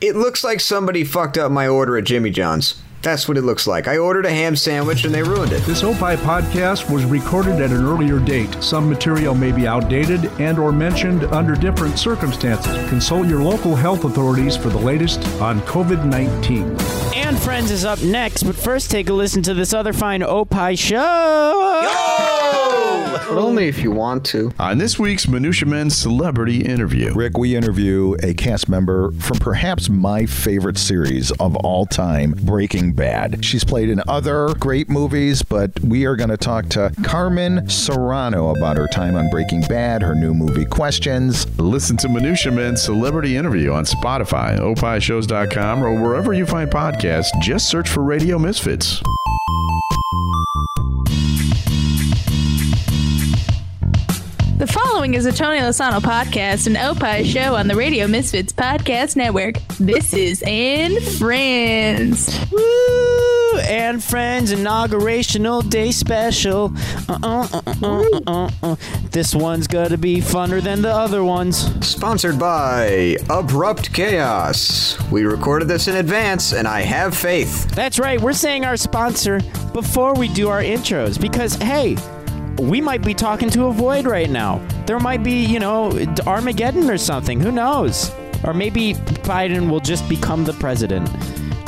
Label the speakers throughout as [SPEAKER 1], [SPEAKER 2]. [SPEAKER 1] It looks like somebody fucked up my order at Jimmy John's. That's what it looks like. I ordered a ham sandwich and they ruined it.
[SPEAKER 2] This OPI podcast was recorded at an earlier date. Some material may be outdated and or mentioned under different circumstances. Consult your local health authorities for the latest on COVID-19.
[SPEAKER 3] And Friends is up next, but first take a listen to this other fine Opie show.
[SPEAKER 1] But only if you want to.
[SPEAKER 4] On this week's Minutia Men Celebrity Interview,
[SPEAKER 5] Rick, we interview a cast member from perhaps my favorite series of all time, Breaking Bad. She's played in other great movies, but we are going to talk to Carmen Serrano about her time on Breaking Bad, her new movie Questions.
[SPEAKER 4] listen to Minutia Men Celebrity Interview on Spotify, opishows.com, or wherever you find podcasts. Just search for Radio Misfits.
[SPEAKER 6] The following is a Tony Lasano podcast, an Opie show on the Radio Misfits Podcast Network. This is In Friends.
[SPEAKER 3] Woo! And Friends Inaugurational Day Special. Uh-uh, uh-uh, uh-uh, uh-uh, uh. This one's gonna be funner than the other ones.
[SPEAKER 1] Sponsored by Abrupt Chaos. We recorded this in advance and I have faith.
[SPEAKER 3] That's right, we're saying our sponsor before we do our intros because, hey, we might be talking to a void right now. There might be, you know, Armageddon or something. Who knows? Or maybe Biden will just become the president,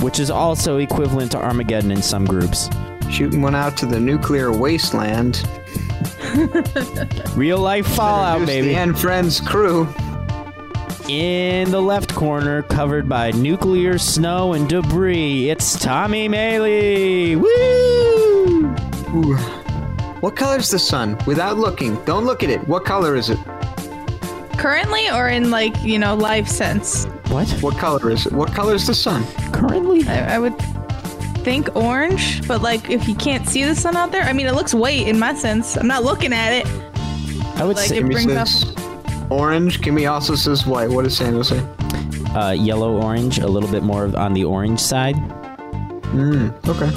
[SPEAKER 3] which is also equivalent to Armageddon in some groups.
[SPEAKER 1] Shooting one out to the nuclear wasteland.
[SPEAKER 3] Real life
[SPEAKER 6] Oh,
[SPEAKER 3] Fallout,
[SPEAKER 1] Introduce
[SPEAKER 3] baby.
[SPEAKER 1] The and Friends crew.
[SPEAKER 3] In the left corner, covered by nuclear snow and debris, it's Tommy Maley. Woo!
[SPEAKER 1] What color is the sun? Without looking, don't look at it. What color is it?
[SPEAKER 6] Currently or in like, you know, life sense?
[SPEAKER 3] What?
[SPEAKER 1] What color is it? What color is the sun?
[SPEAKER 3] Currently?
[SPEAKER 6] I, I would think orange, but like if you can't see the sun out there, I mean, it looks white in my sense. I'm not looking at it.
[SPEAKER 3] I would
[SPEAKER 6] Like
[SPEAKER 3] say
[SPEAKER 6] it
[SPEAKER 1] Kimmy
[SPEAKER 6] brings up-
[SPEAKER 1] says orange. Kimmy also says white. What does Sandra say?
[SPEAKER 3] uh, yellow orange, a little bit more on the orange side.
[SPEAKER 1] Okay.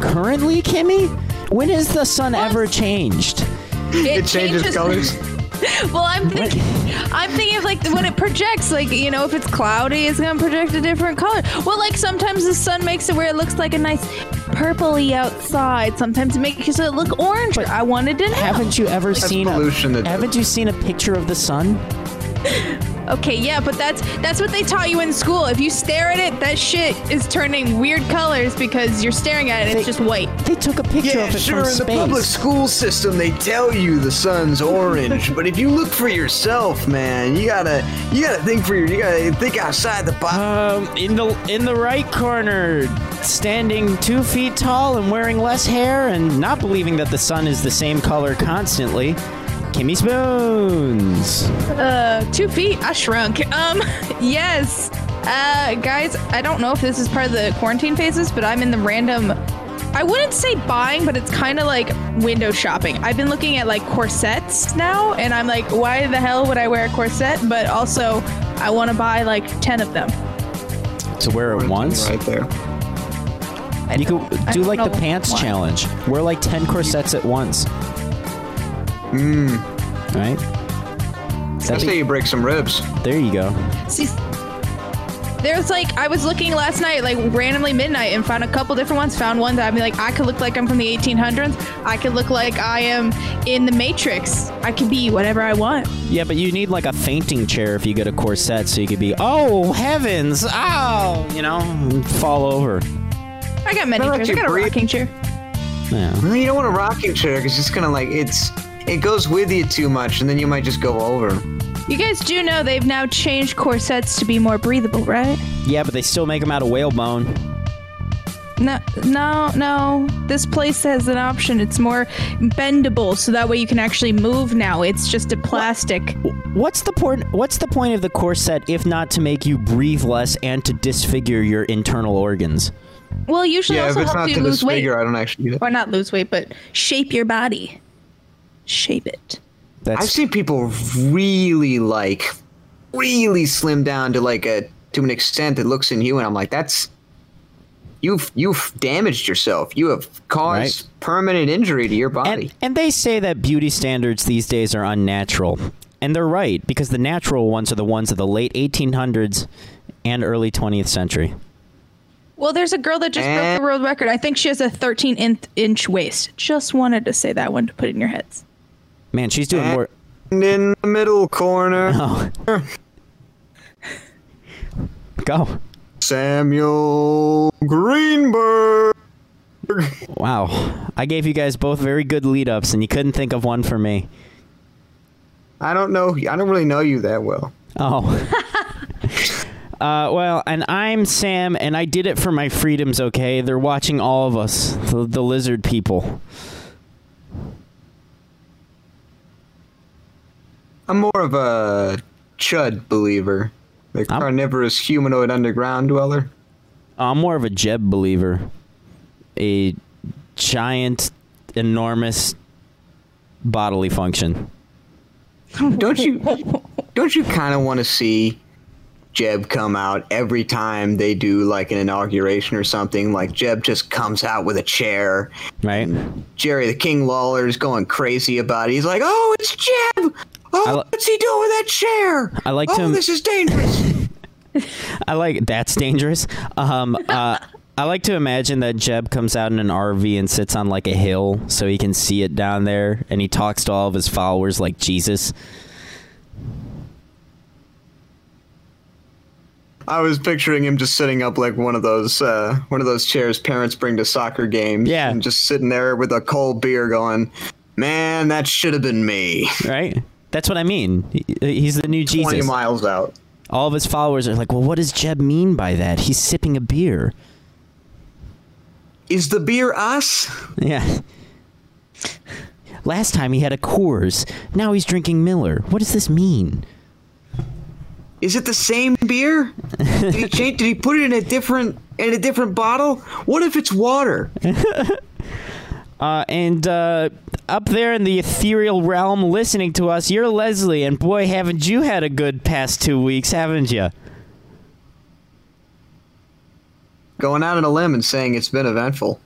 [SPEAKER 3] Currently, Kimmy? When has the sun ever changed?
[SPEAKER 1] It changes colors.
[SPEAKER 6] Well, I'm thinking, I'm thinking of like when it projects, like you know, if it's cloudy, it's gonna project a different color. Well, like sometimes the sun makes it where it looks like a nice purpley outside. Sometimes it makes it look orange. I wanted to know.
[SPEAKER 3] Haven't you ever seen a,
[SPEAKER 1] pollution that-
[SPEAKER 3] Haven't you seen a picture of the sun?
[SPEAKER 6] okay, yeah, but that's that's what they taught you in school. If you stare at it, that shit is turning weird colors because you're staring at it. It's
[SPEAKER 3] They-
[SPEAKER 6] just white.
[SPEAKER 3] They took a picture
[SPEAKER 1] Yeah,
[SPEAKER 3] of it
[SPEAKER 1] sure.
[SPEAKER 3] from
[SPEAKER 1] in
[SPEAKER 3] space.
[SPEAKER 1] the public school system, they tell you the sun's orange, but if you look for yourself, man, you gotta you gotta think for your you gotta think outside the box.
[SPEAKER 3] Um, in the in the right corner, standing two feet tall and wearing less hair, and not believing that the sun is the same color constantly. Kimmy Spoons.
[SPEAKER 6] Uh, two feet. I shrunk. Um, yes. Uh, guys, I don't know if this is part of the quarantine phases, but I'm in the random. I wouldn't say buying, but it's kind of like window shopping. I've been looking at like corsets now, and I'm like, why the hell would I wear a corset? But also, I want to buy like ten of them.
[SPEAKER 3] To wear it once,
[SPEAKER 1] right there.
[SPEAKER 3] you could do
[SPEAKER 6] I
[SPEAKER 3] like
[SPEAKER 6] don't
[SPEAKER 3] the
[SPEAKER 6] know
[SPEAKER 3] pants
[SPEAKER 6] why.
[SPEAKER 3] challenge. Wear like ten corsets at once.
[SPEAKER 1] Hmm.
[SPEAKER 3] Mmm. Right.
[SPEAKER 1] That's
[SPEAKER 3] That'd
[SPEAKER 1] how
[SPEAKER 3] be-
[SPEAKER 1] you break some ribs.
[SPEAKER 3] there you go.
[SPEAKER 6] See, there's like I was looking last night, like randomly midnight, and found a couple different ones. Found one that I'd be like, I could look like I'm from the 1800s. I could look like I am in the Matrix. I could be whatever I want.
[SPEAKER 3] Yeah, but you need like a fainting chair if you get a corset, so you could be, oh heavens, ow, you know, and fall over.
[SPEAKER 6] I got many
[SPEAKER 1] Not
[SPEAKER 6] chairs. I
[SPEAKER 1] you
[SPEAKER 6] got a
[SPEAKER 1] breathe.
[SPEAKER 6] rocking chair.
[SPEAKER 3] Yeah.
[SPEAKER 1] Well, You don't want a rocking chair because it's gonna like it's it goes with you too much, and then you might just go over.
[SPEAKER 6] You guys do know they've now changed corsets to be more breathable, right?
[SPEAKER 3] Yeah, but they still make them out of whalebone.
[SPEAKER 6] No, no, no. This place has an option. It's more bendable, so that way you can actually move now. It's just a plastic.
[SPEAKER 3] What's the point? What's the point of the corset if not to make you breathe less and to disfigure your internal organs?
[SPEAKER 6] Well, usually
[SPEAKER 1] Yeah, if
[SPEAKER 6] also
[SPEAKER 1] it's
[SPEAKER 6] helps
[SPEAKER 1] not
[SPEAKER 6] you
[SPEAKER 1] to
[SPEAKER 6] lose weight.
[SPEAKER 1] disfigure, I don't actually. Do that.
[SPEAKER 6] Or not lose weight, but shape your body. Shape it.
[SPEAKER 3] That's
[SPEAKER 1] I've seen people really like really slim down to like a to an extent that looks inhuman. I'm like, that's you've you've damaged yourself. You have caused permanent injury to your body.
[SPEAKER 3] and, and they say that beauty standards these days are unnatural. And they're right because the natural ones are the ones of the late 1800s and early 20th century.
[SPEAKER 6] Well, there's a girl that just broke
[SPEAKER 3] Eh.
[SPEAKER 6] the world record. I think she has a 13 in- inch waist. Just wanted to say that one to put in your heads.
[SPEAKER 3] Man, she's doing more.
[SPEAKER 1] And in the middle corner,
[SPEAKER 3] Oh. Go.
[SPEAKER 1] Samuel Greenberg.
[SPEAKER 3] Wow. I gave you guys both very good lead ups, and you couldn't think of one for me.
[SPEAKER 1] I don't know. I don't really know you that well.
[SPEAKER 3] Oh. uh, well, and I'm Sam, and I did it for my freedoms, okay? They're watching all of us, the, the lizard people.
[SPEAKER 1] I'm more of a chud believer, the
[SPEAKER 3] I'm-
[SPEAKER 1] carnivorous humanoid underground dweller.
[SPEAKER 3] Uh, I'm more of a Jeb believer. A giant, enormous bodily function.
[SPEAKER 1] Don't you? Don't you kind of want to see Jeb come out every time they do like an inauguration or something? Like Jeb just comes out with a chair.
[SPEAKER 3] Right?
[SPEAKER 1] Jerry the King Lawler is going crazy about it. He's like, "Oh, it's Jeb!
[SPEAKER 3] I
[SPEAKER 1] Oh,
[SPEAKER 3] li-
[SPEAKER 1] what's he doing with that chair?
[SPEAKER 3] I like
[SPEAKER 1] oh,
[SPEAKER 3] to-
[SPEAKER 1] this is dangerous."
[SPEAKER 3] I like that's dangerous. Um, uh, I like to imagine that Jeb comes out in an RV and sits on like a hill so he can see it down there, and he talks to all of his followers like Jesus.
[SPEAKER 1] I was picturing him just sitting up like one of those uh, one of those chairs parents bring to soccer games.
[SPEAKER 3] Yeah.
[SPEAKER 1] and just sitting there with a cold beer, going, "Man, that should have been me."
[SPEAKER 3] Right? That's what I mean. He- He's the new
[SPEAKER 1] Twenty
[SPEAKER 3] Jesus.
[SPEAKER 1] miles out.
[SPEAKER 3] All of his followers are like, "Well, what does Jeb mean by that? He's sipping a beer."
[SPEAKER 1] Is the beer us?
[SPEAKER 3] Yeah. Last time he had a Coors. Now he's drinking Miller. What does this mean?
[SPEAKER 1] Is it the same beer? Did he change? Did he put it in a different in a different bottle? What if it's water?
[SPEAKER 3] Uh, and uh, up there in the ethereal realm, listening to us, you're Leslie, and boy, haven't you had a good past two weeks, haven't you?
[SPEAKER 1] Going out on a limb and saying it's been eventful.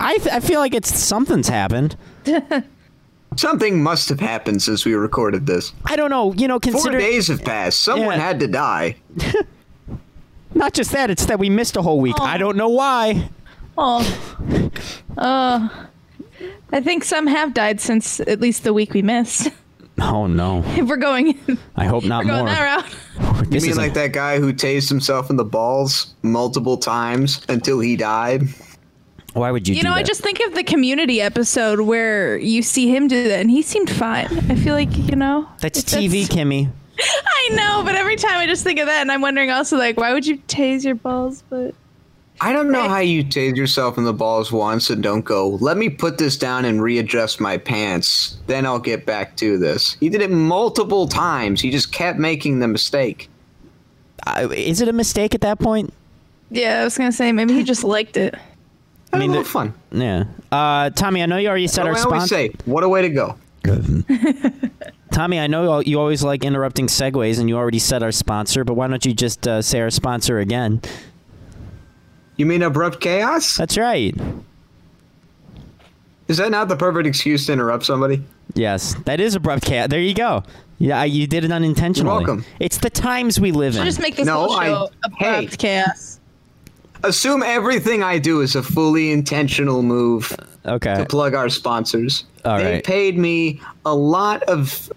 [SPEAKER 3] I, th- I feel like it's something's happened.
[SPEAKER 1] Something must have happened since we recorded this.
[SPEAKER 3] I don't know, you know,
[SPEAKER 1] Four
[SPEAKER 3] consider
[SPEAKER 1] days have passed. Someone
[SPEAKER 3] Yeah.
[SPEAKER 1] had to die.
[SPEAKER 3] not just that, it's that we missed a whole week. I don't know why.
[SPEAKER 6] Oh. Uh, I think some have died since at least the week we missed.
[SPEAKER 3] Oh no,
[SPEAKER 6] If we're going, if
[SPEAKER 3] I hope not
[SPEAKER 6] we're going
[SPEAKER 3] more.
[SPEAKER 6] that route.
[SPEAKER 1] You
[SPEAKER 3] This
[SPEAKER 1] mean
[SPEAKER 3] is a-
[SPEAKER 1] like that guy who tased himself in the balls multiple times until he died?
[SPEAKER 3] Why would you?
[SPEAKER 6] You
[SPEAKER 3] do
[SPEAKER 6] know, I
[SPEAKER 3] that?
[SPEAKER 6] just think of the community episode where you see him do that, and he seemed fine. I feel like you know.
[SPEAKER 3] that's TV, Kimmy.
[SPEAKER 6] I know, but every time I just think of that, and I'm wondering also like, why would you tase your balls? But
[SPEAKER 1] I don't know how you tase yourself in the balls once and don't go, let me put this down and readjust my pants. Then I'll get back to this. He did it multiple times. He just kept making the mistake.
[SPEAKER 3] I, is it a mistake at that point?
[SPEAKER 6] yeah, I was gonna say maybe he just liked it.
[SPEAKER 1] I mean,
[SPEAKER 3] mean,
[SPEAKER 1] a little
[SPEAKER 3] the-
[SPEAKER 1] fun.
[SPEAKER 3] Yeah. Uh, Tommy, I know you already said
[SPEAKER 1] What do
[SPEAKER 3] our
[SPEAKER 1] I always
[SPEAKER 3] sponsor.
[SPEAKER 1] say? What a way to go.
[SPEAKER 3] Tommy, I know you always like interrupting segues, and you already said our sponsor. But why don't you just uh, say our sponsor again?
[SPEAKER 1] You mean abrupt chaos?
[SPEAKER 3] That's right.
[SPEAKER 1] Is that not the perfect excuse to interrupt somebody?
[SPEAKER 3] Yes, that is abrupt cat. There you go. Yeah, I- you did it unintentionally.
[SPEAKER 1] You're welcome.
[SPEAKER 3] It's the times we live in.
[SPEAKER 6] I'll just make this
[SPEAKER 1] No,
[SPEAKER 6] whole show
[SPEAKER 1] I-
[SPEAKER 6] abrupt
[SPEAKER 1] hey.
[SPEAKER 6] chaos.
[SPEAKER 1] Assume everything I do is a fully intentional move.
[SPEAKER 3] okay.
[SPEAKER 1] to plug our sponsors.
[SPEAKER 3] All
[SPEAKER 1] they
[SPEAKER 3] right.
[SPEAKER 1] paid me a lot of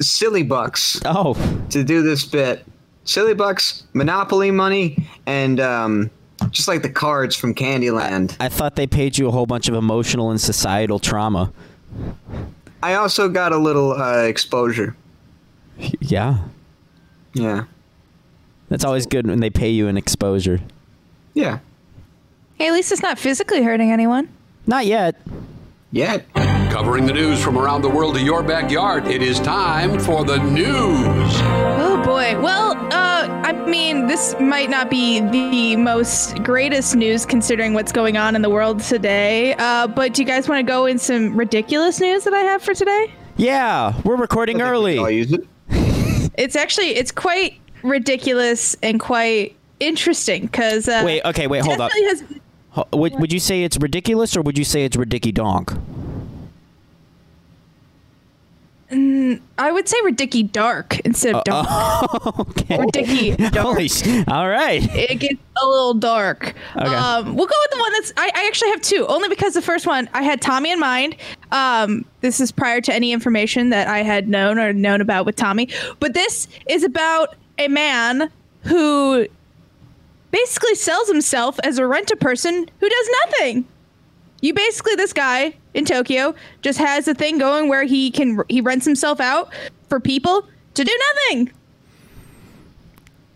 [SPEAKER 1] silly bucks
[SPEAKER 3] Oh,
[SPEAKER 1] to do this bit. Silly bucks, Monopoly money, and um, just like the cards from Candyland.
[SPEAKER 3] I thought they paid you a whole bunch of emotional and societal trauma.
[SPEAKER 1] I also got a little uh, exposure.
[SPEAKER 3] Yeah,
[SPEAKER 1] Yeah.
[SPEAKER 3] that's always good when they pay you an exposure.
[SPEAKER 1] Yeah.
[SPEAKER 6] Hey, at least it's not physically hurting anyone.
[SPEAKER 3] Not yet.
[SPEAKER 1] Yeah.
[SPEAKER 7] Covering the news from around the world to your backyard, it is time for the news.
[SPEAKER 6] Oh boy. Well, uh, I mean, this might not be the most greatest news considering what's going on in the world today. Uh, but do you guys want to go in some ridiculous news that I have for today?
[SPEAKER 3] Yeah, we're recording early.
[SPEAKER 1] I'll use it.
[SPEAKER 6] It's actually it's quite ridiculous and quite interesting because uh,
[SPEAKER 3] Wait, okay, wait, hold up.
[SPEAKER 6] definitely has-
[SPEAKER 3] Ho- Would, would you say it's ridiculous or would you say it's ridicky donk?
[SPEAKER 6] n- I would say Ridicky Dark instead
[SPEAKER 3] Uh,
[SPEAKER 6] of Dark.
[SPEAKER 3] oh, okay.
[SPEAKER 6] Ridicky Dark.
[SPEAKER 3] Holy sh- all right.
[SPEAKER 6] it gets a little dark.
[SPEAKER 3] Okay.
[SPEAKER 6] Um, we'll go with the one that's. I, I actually have two, only because the first one I had Tommy in mind. Um, this is prior to any information that I had known or known about with Tommy, but this is about a man who basically sells himself as a rent a person who does nothing. You basically this guy in Tokyo just has a thing going where he can he rents himself out for people to do nothing.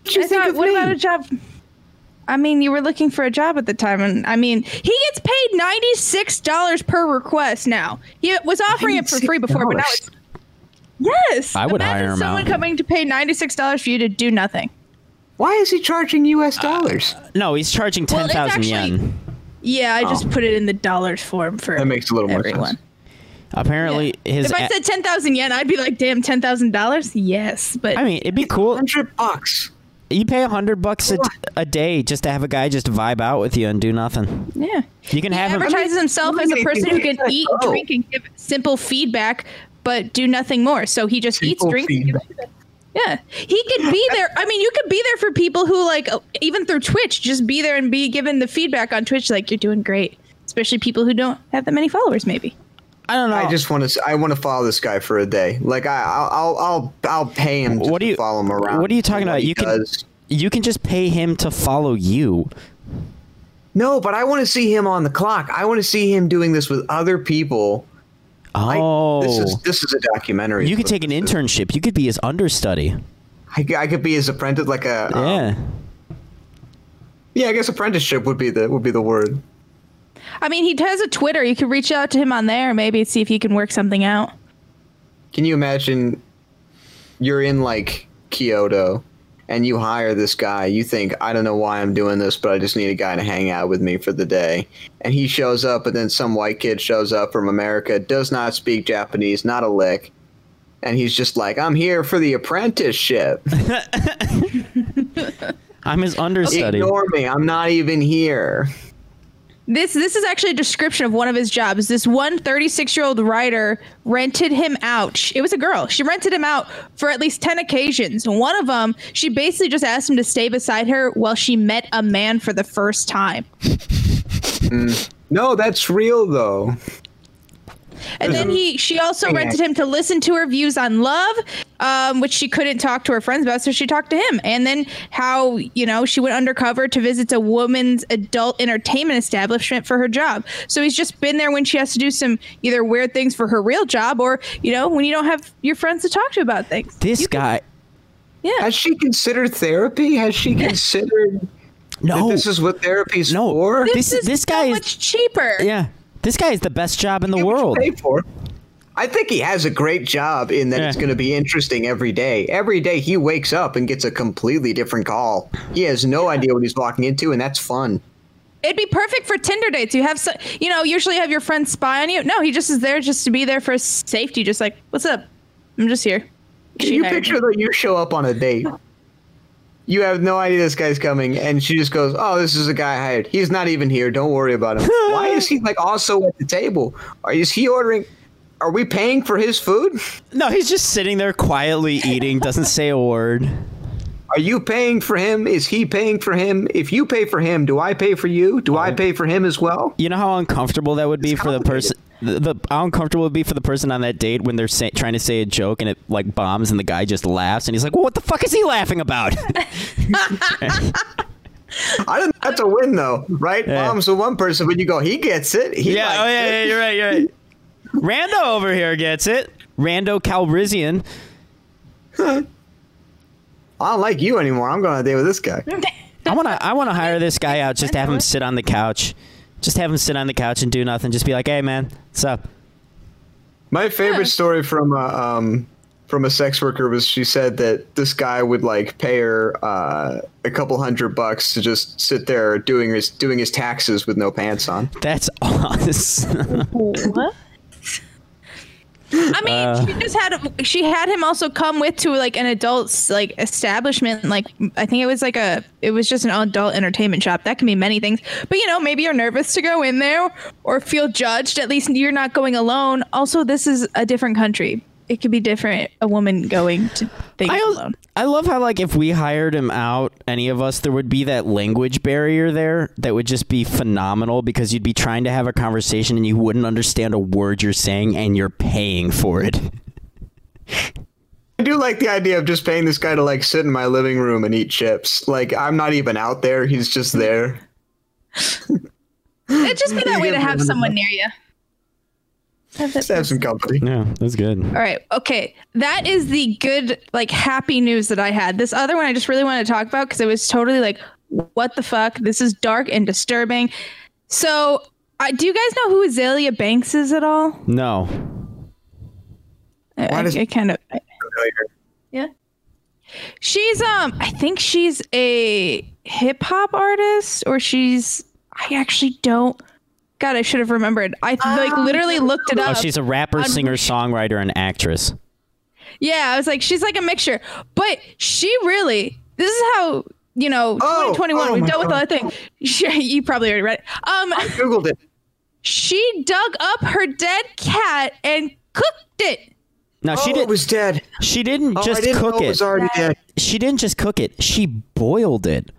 [SPEAKER 6] I thought, what about a job? I mean, you were looking for a job at the time, and I mean, he gets paid ninety six dollars per request now. He was offering it for free before, but now it's yes.
[SPEAKER 3] I would
[SPEAKER 6] Imagine
[SPEAKER 3] hire him
[SPEAKER 6] someone
[SPEAKER 3] out.
[SPEAKER 6] coming to pay ninety six dollars for you to do nothing.
[SPEAKER 1] Why is he charging U.S.
[SPEAKER 6] Uh,
[SPEAKER 1] dollars?
[SPEAKER 3] No, he's charging
[SPEAKER 6] Well,
[SPEAKER 3] ten
[SPEAKER 6] it's
[SPEAKER 3] thousand
[SPEAKER 6] actually-
[SPEAKER 3] yen.
[SPEAKER 6] Yeah, I
[SPEAKER 3] Oh.
[SPEAKER 6] just put it in the dollars form for
[SPEAKER 1] That makes a little more
[SPEAKER 6] everyone.
[SPEAKER 1] sense.
[SPEAKER 3] Apparently, his.
[SPEAKER 6] If I
[SPEAKER 3] a-
[SPEAKER 6] said ten thousand yen, I'd be like, "Damn, ten thousand dollars? Yes." But
[SPEAKER 3] I mean, it'd be cool.
[SPEAKER 1] Hundred bucks.
[SPEAKER 3] You pay a hundred bucks a, a day just to have a guy just vibe out with you and do nothing.
[SPEAKER 6] yeah,
[SPEAKER 3] You can
[SPEAKER 6] he
[SPEAKER 3] have him.
[SPEAKER 6] advertises himself as a person who can eat,
[SPEAKER 1] Oh.
[SPEAKER 6] drink, and give simple feedback, but do nothing more. So he just eats,
[SPEAKER 1] People
[SPEAKER 6] drinks. and
[SPEAKER 1] feed-
[SPEAKER 6] gives Yeah, he could be there. I mean, you could be there for people who like oh, even through Twitch, just be there and be given the feedback on Twitch, like you're doing great. Especially people who don't have that many followers, maybe.
[SPEAKER 3] I don't know.
[SPEAKER 6] Oh.
[SPEAKER 1] I just want to. I want to follow this guy for a day. Like I, I'll, I'll, I'll, I'll pay him. Just
[SPEAKER 3] What do you-
[SPEAKER 1] to follow him around?
[SPEAKER 3] what are you talking
[SPEAKER 1] What
[SPEAKER 3] about?
[SPEAKER 1] he
[SPEAKER 3] You can-
[SPEAKER 1] does.
[SPEAKER 3] you can just pay him to follow you.
[SPEAKER 1] No, but I want to see him on the clock. I want to see him doing this with other people. I-
[SPEAKER 3] Oh,
[SPEAKER 1] this is this is a documentary.
[SPEAKER 3] you could take an internship. You could be his understudy.
[SPEAKER 1] I, I could be his apprentice, like a um,
[SPEAKER 3] yeah.
[SPEAKER 1] yeah. I guess apprenticeship would be the would be the word.
[SPEAKER 6] I mean, he has a Twitter. You could reach out to him on there, maybe see if you can work something out.
[SPEAKER 1] Can you imagine? You're in like Kyoto, and you hire this guy. You think I don't know why I'm doing this, but I just need a guy to hang out with me for the day. And he shows up, and then some white kid shows up from America, does not speak Japanese, not a lick, and he's just like, "I'm here for the apprenticeship.
[SPEAKER 3] I'm his understudy.
[SPEAKER 1] Ignore me. I'm not even here."
[SPEAKER 6] This this is actually a description of one of his jobs. This one 36-year-old writer rented him out. She- It was a girl. She rented him out for at least 10 occasions. One of them, she basically just asked him to stay beside her while she met a man for the first time.
[SPEAKER 1] No, that's real though.
[SPEAKER 6] And then he she also rented him to listen to her views on love, um, which she couldn't talk to her friends about, so she talked to him. And then how, you know, she went undercover to visit a woman's adult entertainment establishment for her job. So he's just been there when she has to do some either weird things for her real job or, you know, when you don't have your friends to talk to about things.
[SPEAKER 3] this guy.
[SPEAKER 1] Has she considered therapy? Has she considered that
[SPEAKER 3] No.
[SPEAKER 1] this is what therapy's
[SPEAKER 3] No.
[SPEAKER 1] for?
[SPEAKER 3] This- this guy
[SPEAKER 6] so
[SPEAKER 3] is-
[SPEAKER 6] much cheaper.
[SPEAKER 3] yeah. This guy is the best job in the
[SPEAKER 1] Get what you
[SPEAKER 3] world.
[SPEAKER 1] pay for. I think he has a great job in that it's
[SPEAKER 3] Yeah.
[SPEAKER 1] going to be interesting every day. Every day he wakes up and gets a completely different call. He has no idea what he's walking into, and that's fun.
[SPEAKER 6] It'd be perfect for Tinder dates. You have, so, you know, usually have your friends spy on you. No, he just is there just to be there for safety. Just like, what's up? I'm just here.
[SPEAKER 1] Can
[SPEAKER 6] She
[SPEAKER 1] you
[SPEAKER 6] hired me.
[SPEAKER 1] picture that you show up on a date? You have no idea this guy's coming, and she just goes, "Oh, this is a guy I hired. He's not even here. Don't worry about him. Why is he like also at the table? Are is he ordering? Are we paying for his food?
[SPEAKER 3] No, he's just sitting there quietly eating, doesn't say a word.
[SPEAKER 1] Are you paying for him? Is he paying for him? If you pay for him, do I pay for you? Do I pay for him as well?
[SPEAKER 3] You know how uncomfortable that would be for the person. The, the how uncomfortable it would be for the person on that date when they're say, trying to say a joke and it like bombs and the guy just laughs and he's like, well, "What the fuck is he laughing about?"
[SPEAKER 1] I didn't have to win though, right?
[SPEAKER 3] Yeah.
[SPEAKER 1] Mom's the one person, but you go, he gets it. He
[SPEAKER 3] yeah,
[SPEAKER 1] likes
[SPEAKER 3] oh yeah,
[SPEAKER 1] it."
[SPEAKER 3] yeah, you're right, you're right. Rando over here gets it. Rando Calrissian.
[SPEAKER 1] I don't like you anymore. I'm going on a date with this guy.
[SPEAKER 3] I wanna, I wanna hire this guy out. Just to have him sit on the couch. Just have him sit on the couch and do nothing. Just be like, "Hey, man, what's up?"
[SPEAKER 1] My favorite story from a um, from a sex worker was she said that this guy would like pay her uh, a couple hundred bucks to just sit there doing his doing his taxes with no pants on.
[SPEAKER 3] That's awesome.
[SPEAKER 6] What? I mean, she just had she had him also come with to like an adult's like establishment. Like I think it was like a it was just an adult entertainment shop. That can be many things. But you know, maybe you're nervous to go in there or feel judged. At least you're not going alone. Also, this is a different country. it could be different. A woman going to things
[SPEAKER 3] I,
[SPEAKER 6] alone.
[SPEAKER 3] I love how like if we hired him out, any of us, there would be that language barrier there that would just be phenomenal because you'd be trying to have a conversation and you wouldn't understand a word you're saying and you're paying for it.
[SPEAKER 1] I do like the idea of just paying this guy to like sit in my living room and eat chips. Like I'm not even out there; he's just there.
[SPEAKER 6] It'd just be that way to have someone near you. Have that
[SPEAKER 1] Just have some company.
[SPEAKER 3] Yeah, that's good.
[SPEAKER 6] All right. Okay. That is the good, like, happy news that I had. This other one I just really want to talk about because it was totally like, what the fuck? This is dark and disturbing. So, I, do you guys know who Azalea Banks is at all?
[SPEAKER 1] Uh,
[SPEAKER 3] No.
[SPEAKER 6] I- I,
[SPEAKER 1] does-
[SPEAKER 6] I kind of. I- yeah. She's um. I think she's a hip hop artist, or she's. I actually don't. God, I should have remembered. I like literally looked it
[SPEAKER 3] Oh,
[SPEAKER 6] up.
[SPEAKER 3] she's a rapper, singer, songwriter, and actress.
[SPEAKER 6] Yeah, I was like, she's like a mixture. But she really, this is how, you know,
[SPEAKER 1] Oh,
[SPEAKER 6] 2021,
[SPEAKER 1] oh
[SPEAKER 6] we've
[SPEAKER 1] my
[SPEAKER 6] dealt with
[SPEAKER 1] God.
[SPEAKER 6] all that thing. She, you probably already read it. Um,
[SPEAKER 1] Googled it.
[SPEAKER 6] she dug up her dead cat and cooked it.
[SPEAKER 3] No, she
[SPEAKER 1] oh,
[SPEAKER 3] did.
[SPEAKER 1] it was dead.
[SPEAKER 3] she didn't
[SPEAKER 1] Oh,
[SPEAKER 3] just
[SPEAKER 1] I didn't
[SPEAKER 3] cook
[SPEAKER 1] know it.
[SPEAKER 3] it.
[SPEAKER 1] was already dead.
[SPEAKER 3] she didn't just cook it. She boiled it.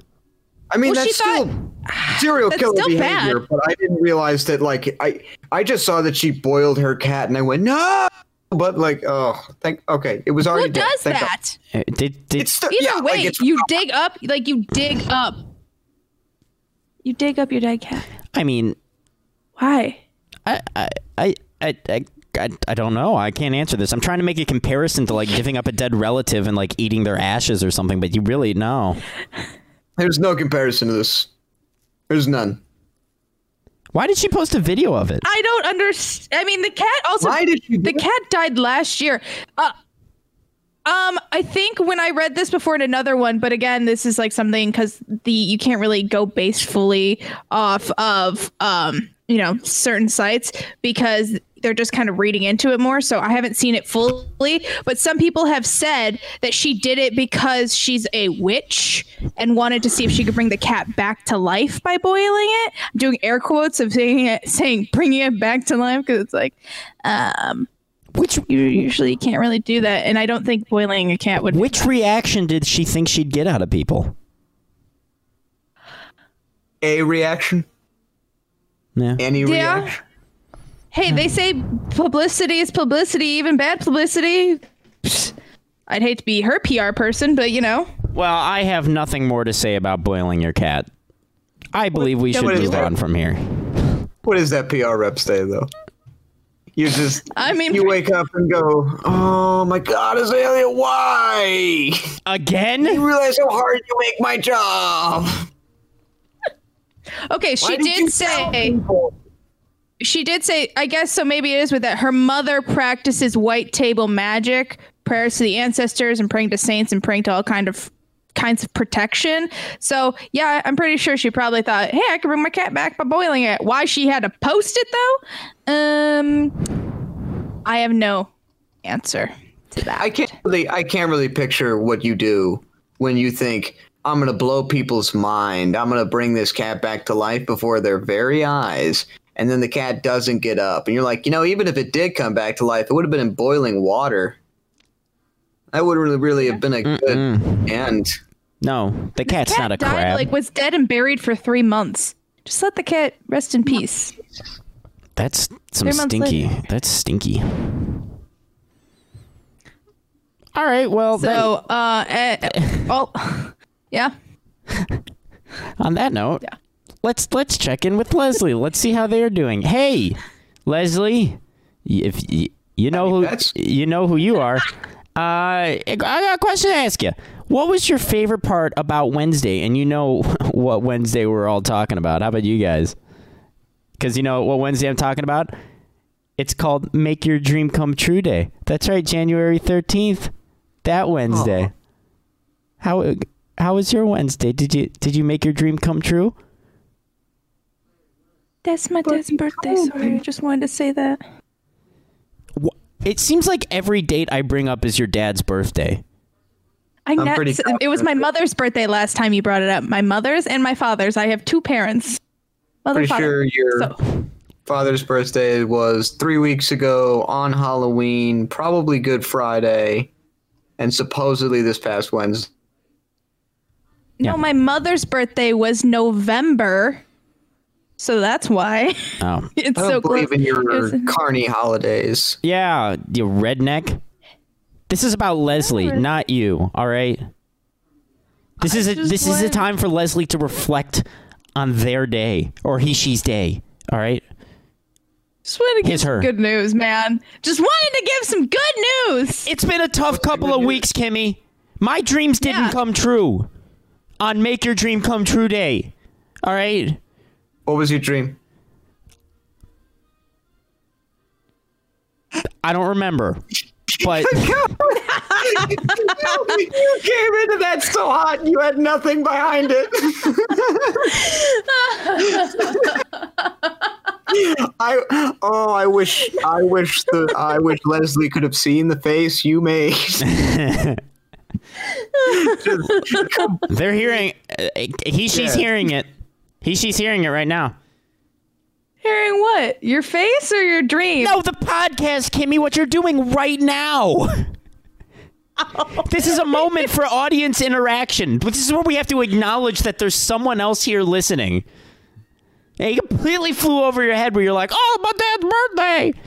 [SPEAKER 1] I mean,
[SPEAKER 6] Well, she
[SPEAKER 1] that's still serial
[SPEAKER 6] that's
[SPEAKER 1] killer
[SPEAKER 6] still
[SPEAKER 1] behavior.
[SPEAKER 6] bad.
[SPEAKER 1] But I didn't realize that. Like I, I just saw that she boiled her cat, and I went no. But like, oh, thank. Okay, it was already
[SPEAKER 6] Who
[SPEAKER 1] dead.
[SPEAKER 6] does
[SPEAKER 1] Oh, Thank God.
[SPEAKER 6] that?
[SPEAKER 3] Uh, Did, did,
[SPEAKER 1] It's still,
[SPEAKER 6] Either
[SPEAKER 1] yeah,
[SPEAKER 6] way,
[SPEAKER 1] like it's,
[SPEAKER 6] you dig up, like you dig up. You dig up your dead cat.
[SPEAKER 3] I mean,
[SPEAKER 6] Why?
[SPEAKER 3] I, I, I, I, I, I- I don't know. I can't answer this. I'm trying to make a comparison to like giving up a dead relative and like eating their ashes or something, but you really know.
[SPEAKER 1] there's no comparison to this. There's none.
[SPEAKER 3] Why did she post a video of it?
[SPEAKER 6] I don't understand. I mean, the cat also.
[SPEAKER 1] Why did you do
[SPEAKER 6] The
[SPEAKER 1] that?
[SPEAKER 6] cat died last year. Uh, um, I think when I read this before in another one, but again, this is like something because the you can't really go based fully off of um, you know, certain sites because they're just kind of reading into it more. So I haven't seen it fully, but some people have said that she did it because she's a witch and wanted to see if she could bring the cat back to life by boiling it. I'm doing air quotes of saying it, saying bringing it back to life because it's like
[SPEAKER 3] Which
[SPEAKER 6] you usually can't really do that and i don't think boiling a cat would
[SPEAKER 3] which reaction did she think she'd get out of people?
[SPEAKER 1] a reaction?
[SPEAKER 3] Yeah.
[SPEAKER 1] Any
[SPEAKER 6] Yeah.
[SPEAKER 1] reaction?
[SPEAKER 6] hey
[SPEAKER 1] Hmm.
[SPEAKER 6] they say publicity is publicity even bad publicity Psst. i'd hate to be her pr person but you know
[SPEAKER 3] Well, I have nothing more to say about boiling your cat. I believe we
[SPEAKER 1] yeah,
[SPEAKER 3] should
[SPEAKER 1] what is
[SPEAKER 3] move
[SPEAKER 1] that?
[SPEAKER 3] on from here.
[SPEAKER 1] What is that PR rep say though? You just
[SPEAKER 6] I mean-
[SPEAKER 1] you wake up and go, Oh my god, Azalea, why?
[SPEAKER 3] Again?
[SPEAKER 1] You realize how hard you make my job.
[SPEAKER 6] okay she
[SPEAKER 1] Why
[SPEAKER 6] did,
[SPEAKER 1] you tell
[SPEAKER 6] say
[SPEAKER 1] people?
[SPEAKER 6] she did say i guess so maybe it is with that her mother practices white table magic prayers to the ancestors and praying to saints and praying to all kind of kinds of protection so yeah i'm pretty sure she probably thought hey i can bring my cat back by boiling it why she had to post it though um i have no answer to that
[SPEAKER 1] I can't really I can't really picture what you do when you think I'm gonna blow people's mind. I'm gonna bring this cat back to life before their very eyes. And then the cat doesn't get up. And you're like, you know, even if it did come back to life, it would have been in boiling water. That would really really have been a good end.
[SPEAKER 3] No, the cat's not a
[SPEAKER 6] died,
[SPEAKER 3] crab.
[SPEAKER 6] like was dead and buried for three months just let the cat rest in peace
[SPEAKER 3] That's some
[SPEAKER 6] Three months
[SPEAKER 3] stinky.
[SPEAKER 6] later.
[SPEAKER 3] That's stinky. All right, well, then-
[SPEAKER 6] so uh eh, all yeah
[SPEAKER 3] on that note, let's let's check in with Leslie. Let's see how they're doing. Hey, Leslie, y- if y- you know who
[SPEAKER 1] that's-
[SPEAKER 3] you know who you are, uh, I got a question to ask you. What was your favorite part about Wednesday? And you know what Wednesday we're all talking about. How about you guys? Because you know what Wednesday I'm talking about. It's called Make Your Dream Come True Day. That's right, January 13th. That Wednesday. How how was your Wednesday? Did you did you make your dream come true?
[SPEAKER 6] That's my dad's birthday. Sorry, I just wanted to say that.
[SPEAKER 3] It seems like every date I bring up is your dad's birthday.
[SPEAKER 6] I
[SPEAKER 1] I'm
[SPEAKER 6] know
[SPEAKER 1] pretty
[SPEAKER 6] it was my mother's birthday last time you brought it up. My mother's and my father's. I have two parents. Mother,
[SPEAKER 1] Pretty
[SPEAKER 6] father.
[SPEAKER 1] sure your
[SPEAKER 6] So-
[SPEAKER 1] father's birthday was three weeks ago on Halloween, probably Good Friday, and supposedly this past Wednesday.
[SPEAKER 3] Yeah.
[SPEAKER 6] No, my mother's birthday was November. So that's why.
[SPEAKER 3] Oh.
[SPEAKER 6] It's
[SPEAKER 1] I don't
[SPEAKER 6] so close.
[SPEAKER 1] believe in your
[SPEAKER 6] It was-
[SPEAKER 1] carny holidays.
[SPEAKER 3] Yeah, you redneck. This is about Leslie, not you. All right. This is a
[SPEAKER 6] just
[SPEAKER 3] this is a
[SPEAKER 6] want-
[SPEAKER 3] time for Leslie to reflect on their day or he she's day. All right.
[SPEAKER 6] Just wanted to give
[SPEAKER 3] Here's
[SPEAKER 6] some
[SPEAKER 3] her.
[SPEAKER 6] good news, man. Just wanted to give some good news.
[SPEAKER 3] It's been a tough couple of weeks, Kimmy. My dreams didn't
[SPEAKER 6] Yeah.
[SPEAKER 3] come true on Make Your Dream Come True Day. All right.
[SPEAKER 1] What was your dream?
[SPEAKER 3] I don't remember. But
[SPEAKER 1] you came into that so hot and you had nothing behind it. I oh I wish I wish the I wish Leslie could have seen the face you made.
[SPEAKER 3] they're hearing uh, he
[SPEAKER 1] Yeah.
[SPEAKER 3] she's hearing it. He she's hearing it right now.
[SPEAKER 6] Hearing what? Your face or your dream?
[SPEAKER 3] No, the podcast, Kimmy, what you're doing right now. This is a moment for audience interaction. This is where we have to acknowledge that there's someone else here listening. Yeah, you completely flew over your head where you're like, oh, my dad's birthday.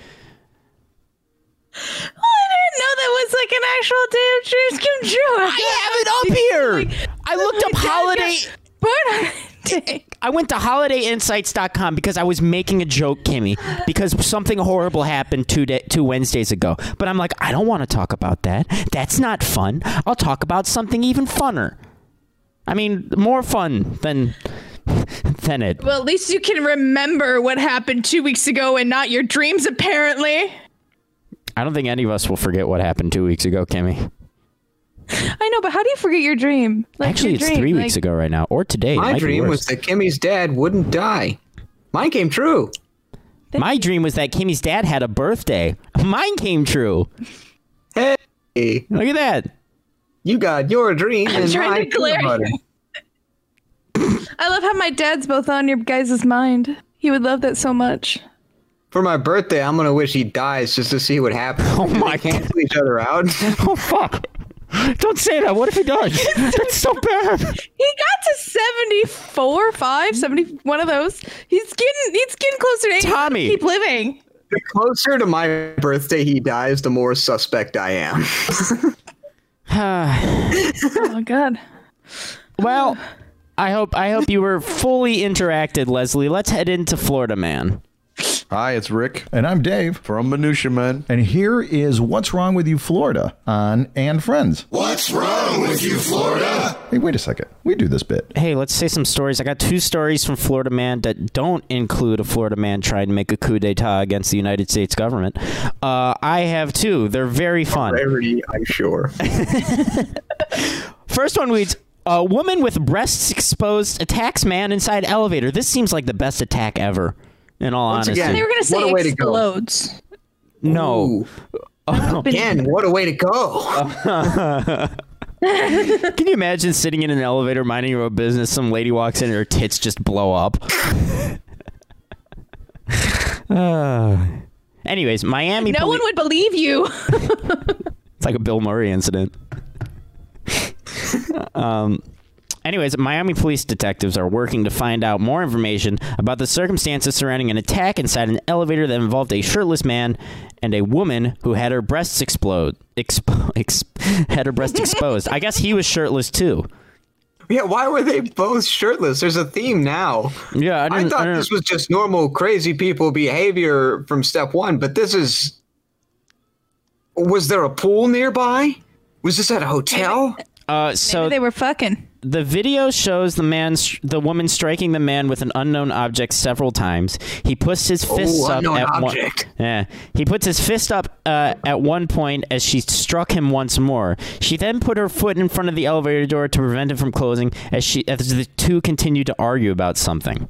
[SPEAKER 6] Oh, I didn't know that was like an actual day of
[SPEAKER 3] I have it up
[SPEAKER 6] dreams come true.
[SPEAKER 3] here. I looked up holiday.
[SPEAKER 6] holiday.
[SPEAKER 3] I went to holidayinsights.com because I was making a joke, Kimmy, because something horrible happened two day, two Wednesdays ago. But I'm like, I don't want to talk about that. That's not fun. I'll talk about something even funner. I mean, more fun than than it.
[SPEAKER 6] Well, at least you can remember what happened two weeks ago and not your dreams, apparently.
[SPEAKER 3] I don't think any of us will forget what happened two weeks ago, Kimmy.
[SPEAKER 6] I know, but how do you forget your dream? Like,
[SPEAKER 3] Actually,
[SPEAKER 6] your
[SPEAKER 3] it's
[SPEAKER 6] dream,
[SPEAKER 3] three
[SPEAKER 6] like-
[SPEAKER 3] weeks ago right now, or today. It might
[SPEAKER 1] My
[SPEAKER 3] be
[SPEAKER 1] dream was
[SPEAKER 3] worse.
[SPEAKER 1] that Kimmy's dad wouldn't die. Mine came true.
[SPEAKER 3] my dream was that Kimmy's dad had a birthday. Mine came true.
[SPEAKER 1] Hey,
[SPEAKER 3] Look at that.
[SPEAKER 1] you got your dream and
[SPEAKER 6] trying
[SPEAKER 1] my
[SPEAKER 6] to glare I love how my dad's both on your guys' mind. He would love that so much.
[SPEAKER 1] For my birthday, I'm gonna wish he dies just to see what happens. Oh
[SPEAKER 3] my
[SPEAKER 1] cancel each other out.
[SPEAKER 3] Oh fuck! Don't say that. What if he does? That's so bad.
[SPEAKER 6] He got to 74, 5, 70, one of those. He's getting he's getting closer to 80.
[SPEAKER 3] Tommy.
[SPEAKER 6] Keep living.
[SPEAKER 1] the closer to my birthday he dies, the more suspect I am.
[SPEAKER 6] Oh, God.
[SPEAKER 3] well, I hope I hope you were fully interacted, Leslie. Let's head into Florida Man.
[SPEAKER 4] Hi, it's Rick
[SPEAKER 5] And I'm Dave.
[SPEAKER 4] from Minutia Men.
[SPEAKER 5] And here is What's Wrong With You Florida on And Friends.
[SPEAKER 8] What's wrong with you, Florida?
[SPEAKER 5] Hey, wait a second. We do this bit.
[SPEAKER 3] Hey, let's say some stories. I got two stories from Florida Man that don't include a Florida man trying to make a coup d'état against the United States government. Uh, I have two. They're very fun.
[SPEAKER 1] Very, I'm sure.
[SPEAKER 3] First one reads A woman with breasts exposed attacks man inside elevator. This seems like the best attack ever, in all
[SPEAKER 1] Once
[SPEAKER 3] honesty.
[SPEAKER 1] again,
[SPEAKER 6] They were going to say
[SPEAKER 1] What a way to go.
[SPEAKER 6] explodes.
[SPEAKER 3] no. Uh,
[SPEAKER 1] Ooh. Again, what a way to go.
[SPEAKER 3] Can you imagine sitting in an elevator minding your own business? Some lady walks in and her tits just blow up. Uh, anyways, Miami.
[SPEAKER 6] No
[SPEAKER 3] poli-
[SPEAKER 6] one would believe you.
[SPEAKER 3] It's like a Bill Murray incident. um, anyways, Miami police detectives are working to find out more information about the circumstances surrounding an attack inside an elevator that involved a shirtless man and a woman who had her breasts explode. Expo- ex- had her breast exposed. I guess he was shirtless too.
[SPEAKER 1] yeah, why were they both shirtless? There's a theme now.
[SPEAKER 3] Yeah, I,
[SPEAKER 1] I
[SPEAKER 3] didn't,
[SPEAKER 1] thought
[SPEAKER 3] don't-
[SPEAKER 1] this was just normal crazy people behavior from step one, but this is. Was there a pool nearby? Was this at a hotel?
[SPEAKER 3] Uh, so
[SPEAKER 6] they were fucking.
[SPEAKER 3] the video shows the man, str- the woman striking the man with an unknown object several times. He puts his fists
[SPEAKER 1] Oh,
[SPEAKER 3] up
[SPEAKER 1] unknown
[SPEAKER 3] at
[SPEAKER 1] object.
[SPEAKER 3] one. Yeah, he puts his fist up uh, at one point as she struck him once more. She then put her foot in front of the elevator door to prevent it from closing. As she, as the two continued to argue about something.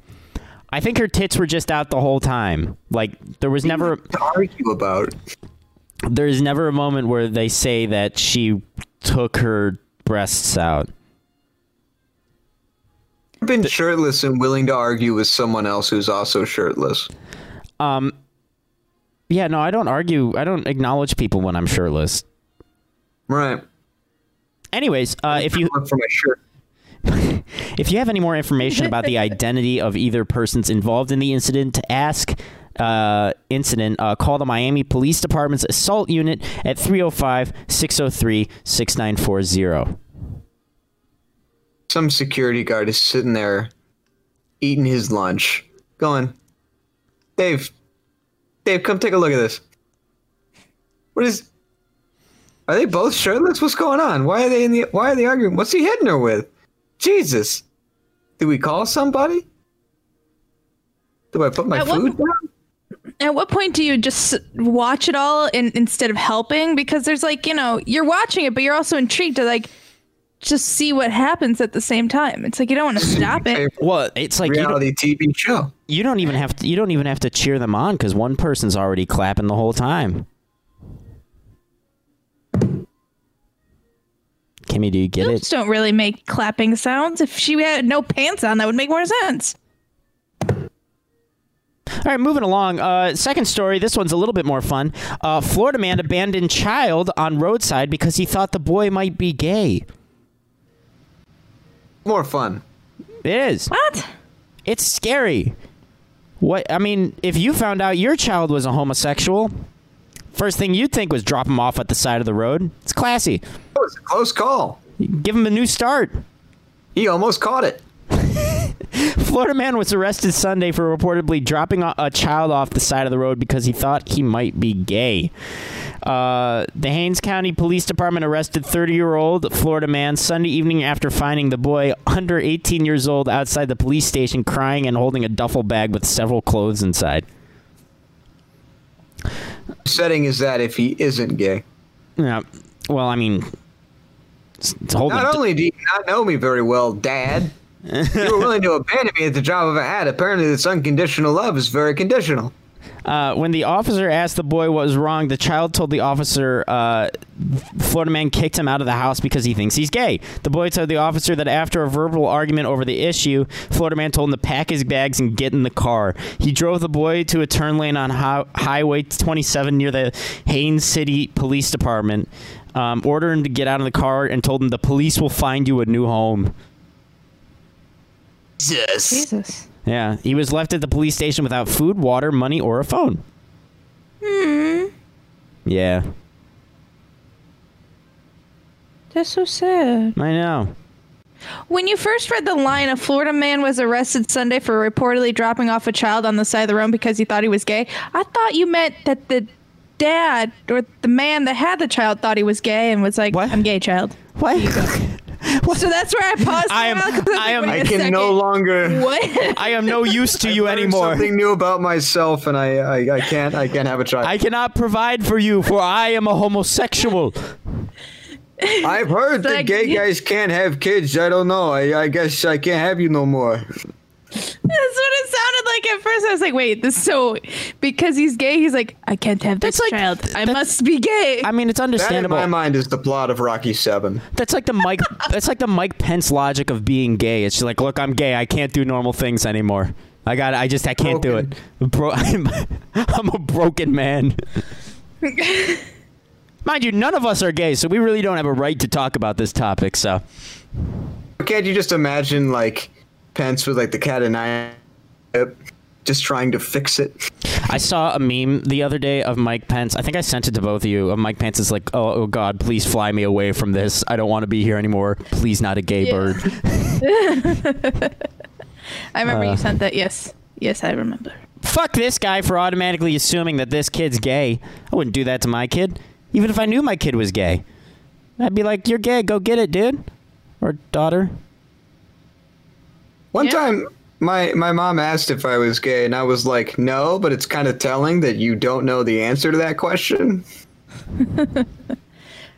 [SPEAKER 3] I think her tits were just out the whole time. Like there was never
[SPEAKER 1] To argue about.
[SPEAKER 3] there's never a moment where they say that she took her breasts out.
[SPEAKER 1] I've been shirtless and willing to argue with someone else who's also shirtless.
[SPEAKER 3] Um, yeah, no, I don't argue. I don't acknowledge people when I'm shirtless.
[SPEAKER 1] Right.
[SPEAKER 3] Anyways, uh, if you
[SPEAKER 1] Look for my shirt.
[SPEAKER 3] if you have any more information about the identity of either persons involved in the incident, to ask uh, incident, uh, call the Miami Police Department's assault unit at 305 603 6940.
[SPEAKER 1] Some security guard is sitting there eating his lunch, going, Dave, Dave, come take a look at this. What is. Are they both shirtless? What's going on? Why are they in the. Why are they arguing? What's he hitting her with? Jesus. Do we call somebody? Do I put my
[SPEAKER 6] At what-
[SPEAKER 1] food down?
[SPEAKER 6] At what point do you just watch it all in, instead of helping? Because there's like, you know, you're watching it, but you're also intrigued to like just see what happens at the same time. It's like you don't want to stop it.
[SPEAKER 3] Well, it's like you don't,
[SPEAKER 1] Reality TV show.
[SPEAKER 3] you don't even have to, you don't even have to cheer them on because one person's already clapping the whole time. Kimmy, do you get
[SPEAKER 6] Boobs
[SPEAKER 3] it?
[SPEAKER 6] don't really make clapping sounds. If she had no pants on, that would make more sense.
[SPEAKER 3] All right, moving along. Uh, second story. This one's a little bit more fun. Uh, Florida man abandoned child on roadside because he thought the boy might be gay.
[SPEAKER 1] More fun.
[SPEAKER 3] It is.
[SPEAKER 6] What?
[SPEAKER 3] It's scary. What I mean, if you found out your child was a homosexual, first thing you'd think was drop him off at the side of the road. It's classy.
[SPEAKER 1] That was a close call.
[SPEAKER 3] Give him a new start.
[SPEAKER 1] He almost caught it.
[SPEAKER 3] Florida man was arrested Sunday for reportedly dropping a, a child off the side of the road because he thought he might be gay. Uh, the Haines County Police Department arrested 30 year old Florida man Sunday evening after finding the boy under 18 years old outside the police station crying and holding a duffel bag with several clothes inside.
[SPEAKER 1] Setting is that if he isn't gay.
[SPEAKER 3] Yeah. Well, I mean, it's, it's holding.
[SPEAKER 1] Not only do you not know me very well, Dad, you were willing to abandon me at the drop of a hat. Apparently, this unconditional love is very conditional.
[SPEAKER 3] Uh, when the officer asked the boy what was wrong, the child told the officer, uh, Florida man kicked him out of the house because he thinks he's gay. The boy told the officer that after a verbal argument over the issue, Florida man told him to pack his bags and get in the car. He drove the boy to a turn lane on hi- Highway 27 near the Haines City Police Department, um, ordered him to get out of the car, and told him the police will find you a new home.
[SPEAKER 6] Jesus.
[SPEAKER 3] Yeah, he was left at the police station without food, water, money, or a phone. Hmm. Yeah,
[SPEAKER 6] That's so sad.
[SPEAKER 3] I know.
[SPEAKER 6] When you first read the line, a Florida man was arrested Sunday for reportedly dropping off a child on the side of the road because he thought he was gay. I thought you meant that the dad or the man that had the child thought he was gay and was like,
[SPEAKER 3] What?
[SPEAKER 6] I'm gay, child.
[SPEAKER 3] What?
[SPEAKER 6] So that's where I paused.
[SPEAKER 3] I am-
[SPEAKER 6] for a while 'cause
[SPEAKER 3] I am-
[SPEAKER 6] was
[SPEAKER 1] I
[SPEAKER 6] like,
[SPEAKER 1] can
[SPEAKER 6] "Wait a
[SPEAKER 1] no
[SPEAKER 6] second.
[SPEAKER 1] longer.
[SPEAKER 6] What?
[SPEAKER 3] I am no use to you
[SPEAKER 1] learn
[SPEAKER 3] anymore.
[SPEAKER 1] Something new about myself, and I, I, I can't, I can't have a
[SPEAKER 3] I
[SPEAKER 1] child.
[SPEAKER 3] cannot provide for you, for I am a homosexual.
[SPEAKER 1] I, have heard that
[SPEAKER 6] Like-
[SPEAKER 1] gay guys can't have kids. I don't know. I, I guess I can't have you no more.
[SPEAKER 6] That's what it sounded like at first. I was like, wait, this so because he's gay, he's like, I can't have this
[SPEAKER 3] That's like-
[SPEAKER 6] child. I
[SPEAKER 3] that's-
[SPEAKER 6] must be gay.
[SPEAKER 3] I mean, it's
[SPEAKER 1] That, in my
[SPEAKER 3] understandable.
[SPEAKER 1] mind, is the plot of Rocky Seven.
[SPEAKER 3] That's like the Mike. That's like the Mike Pence logic of being gay. It's just like, look, I'm gay. I can't do normal things anymore. I got. I just. I can't do
[SPEAKER 1] Broken.
[SPEAKER 3] it. Bro, I'm, I'm a broken man. Mind you, none of us are gay, so we really don't have a right to talk about this topic. So,
[SPEAKER 1] Can't you just imagine like Pence with like the cat and I, just trying to fix it?
[SPEAKER 3] I saw a meme the other day of Mike Pence. I think I sent it to both of you. Of Mike Pence is like, oh, oh God, please fly me away from this. I don't want to be here anymore. Please, not a gay
[SPEAKER 6] Yeah.
[SPEAKER 3] bird.
[SPEAKER 6] I remember
[SPEAKER 1] Uh.
[SPEAKER 6] you sent that. Yes. Yes, I remember.
[SPEAKER 3] Fuck this guy for automatically assuming that this kid's gay. I wouldn't do that to my kid, even if I knew my kid was gay. I'd be like, you're gay. Go get it, dude, or daughter.
[SPEAKER 1] One
[SPEAKER 6] Yeah.
[SPEAKER 1] time, my my mom asked if I was gay, and I was like, "No," but it's kind of telling that you don't know the answer to that question.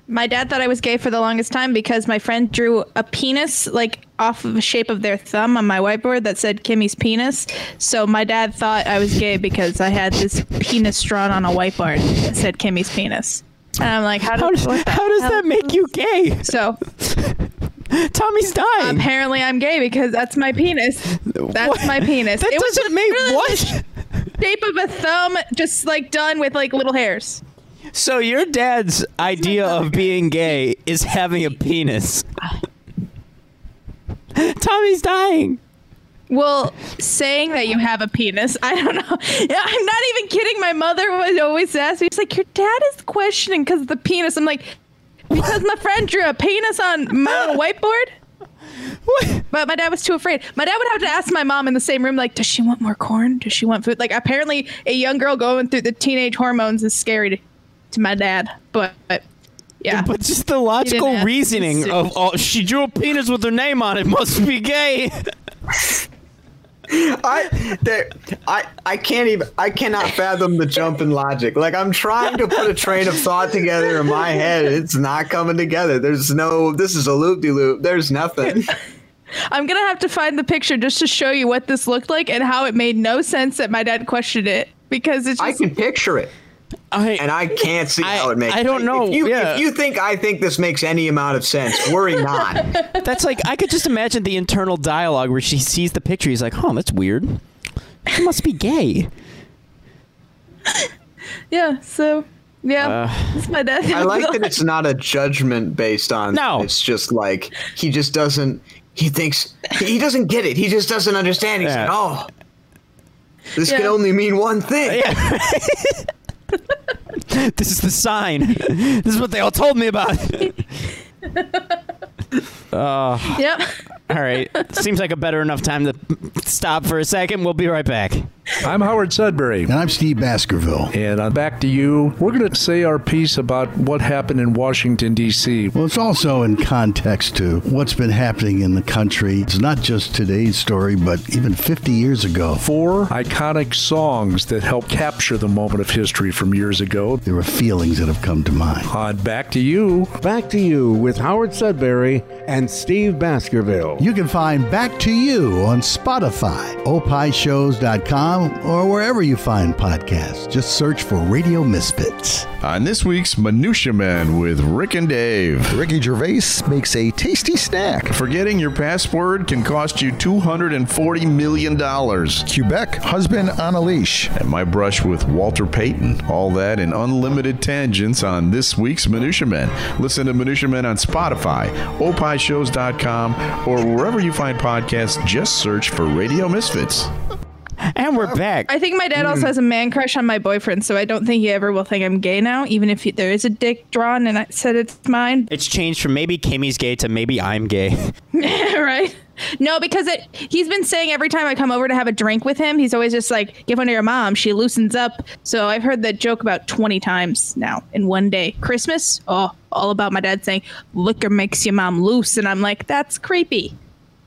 [SPEAKER 6] My dad thought I was gay for the longest time because my friend drew a penis like off of the shape of their thumb on my whiteboard that said Kimmy's penis. So my dad thought I was gay because I had this penis drawn on a whiteboard that said Kimmy's penis. And I'm like, how,
[SPEAKER 3] How does,
[SPEAKER 6] does what the
[SPEAKER 3] how does
[SPEAKER 6] hell?
[SPEAKER 3] that make you gay?
[SPEAKER 6] So
[SPEAKER 3] Tommy's dying.
[SPEAKER 6] apparently I'm gay because that's my penis. That's
[SPEAKER 3] What?
[SPEAKER 6] my penis.
[SPEAKER 3] That
[SPEAKER 6] It was
[SPEAKER 3] doesn't make
[SPEAKER 6] literally
[SPEAKER 3] what?
[SPEAKER 6] It shape of a thumb, just like done with like little hairs.
[SPEAKER 3] So your dad's idea of being gay is having a penis. Tommy's dying.
[SPEAKER 6] Well, saying that you have a penis, I don't know. Yeah, I'm not even kidding. My mother would always ask me, she's like, Your dad is questioning because of the penis. I'm like, Because my friend drew a penis on my whiteboard?
[SPEAKER 3] What?
[SPEAKER 6] But my dad was too afraid. My dad would have to ask my mom in the same room, like, Does she want more corn? Does she want food? Like, apparently, a young girl going through the teenage hormones is scary to, to my dad. But, but yeah.
[SPEAKER 3] But just the logical
[SPEAKER 6] ask.
[SPEAKER 3] reasoning of oh, she drew a penis with her name on it must be gay.
[SPEAKER 1] I, there, I, I can't even. I cannot fathom the jump in logic. Like I'm trying to put a train of thought together in my head. It's not coming together. There's no. This is a loop de loop. There's nothing.
[SPEAKER 6] I'm gonna have to find the picture just to show you what this looked like and how it made no sense that my dad questioned it because it's
[SPEAKER 1] I
[SPEAKER 6] just
[SPEAKER 1] can picture it, and I can't see how it makes.
[SPEAKER 3] I don't know,
[SPEAKER 1] If you,
[SPEAKER 3] yeah.
[SPEAKER 1] if you think I think this makes any amount of sense, worry not.
[SPEAKER 3] That's like I could just imagine the internal dialogue where she sees the picture. He's like, "Huh, that's weird. She must be gay."
[SPEAKER 6] yeah. So yeah, it's my dad.
[SPEAKER 1] Uh, I like that it's not a judgment based on.
[SPEAKER 3] No.
[SPEAKER 1] it's just like he just doesn't. He thinks he doesn't get it. He just doesn't understand. He's
[SPEAKER 3] Yeah.
[SPEAKER 1] like, oh, this can
[SPEAKER 6] Yeah.
[SPEAKER 1] only mean one thing.
[SPEAKER 3] This is the sign. this is what they all told me about.
[SPEAKER 6] Yep.
[SPEAKER 3] all right, seems like a better enough time to stop for a second. We'll be right back.
[SPEAKER 2] I'm Howard Sudbury.
[SPEAKER 9] And I'm Steve Baskerville.
[SPEAKER 2] And on back to you, we're going to say our piece about what happened in Washington, D.C.
[SPEAKER 9] Well, it's also in context to what's been happening in the country. It's not just today's story, but even 50 years ago.
[SPEAKER 2] Four iconic songs that help capture the moment of history from years ago.
[SPEAKER 9] There are feelings that have come to mind.
[SPEAKER 2] On back to you,
[SPEAKER 10] Back to You with Howard Sudbury and Steve Baskerville.
[SPEAKER 9] You can find Back to You on Spotify, opishows.com, or wherever you find podcasts. Just search for Radio Misfits.
[SPEAKER 4] On this week's Minutia Men with Rick and Dave.
[SPEAKER 5] Ricky Gervais makes a tasty snack.
[SPEAKER 4] Forgetting your password can cost you $240 million. And
[SPEAKER 5] Quebec husband on a leash.
[SPEAKER 4] my brush with Walter Payton. All that and unlimited tangents on this week's Minutia Men. Listen to Minutia Men on Spotify, opishows.com, or wherever you find podcasts. Just search for Radio Misfits.
[SPEAKER 3] And we're back.
[SPEAKER 6] I think my dad
[SPEAKER 1] Mm.
[SPEAKER 6] also has a man crush on my boyfriend, so I don't think he ever will think I'm gay now, even if he, there is a dick drawn and I said it's mine.
[SPEAKER 3] It's changed from maybe Kimmy's gay to maybe I'm gay.
[SPEAKER 6] right? No, because it he's been saying every time I come over to have a drink with him, he's always just like, "Give one to your mom. She loosens up." So I've heard that joke about twenty times now in one day. Christmas, oh, all about my dad saying, "Liquor makes your mom loose," and I'm like, "That's creepy."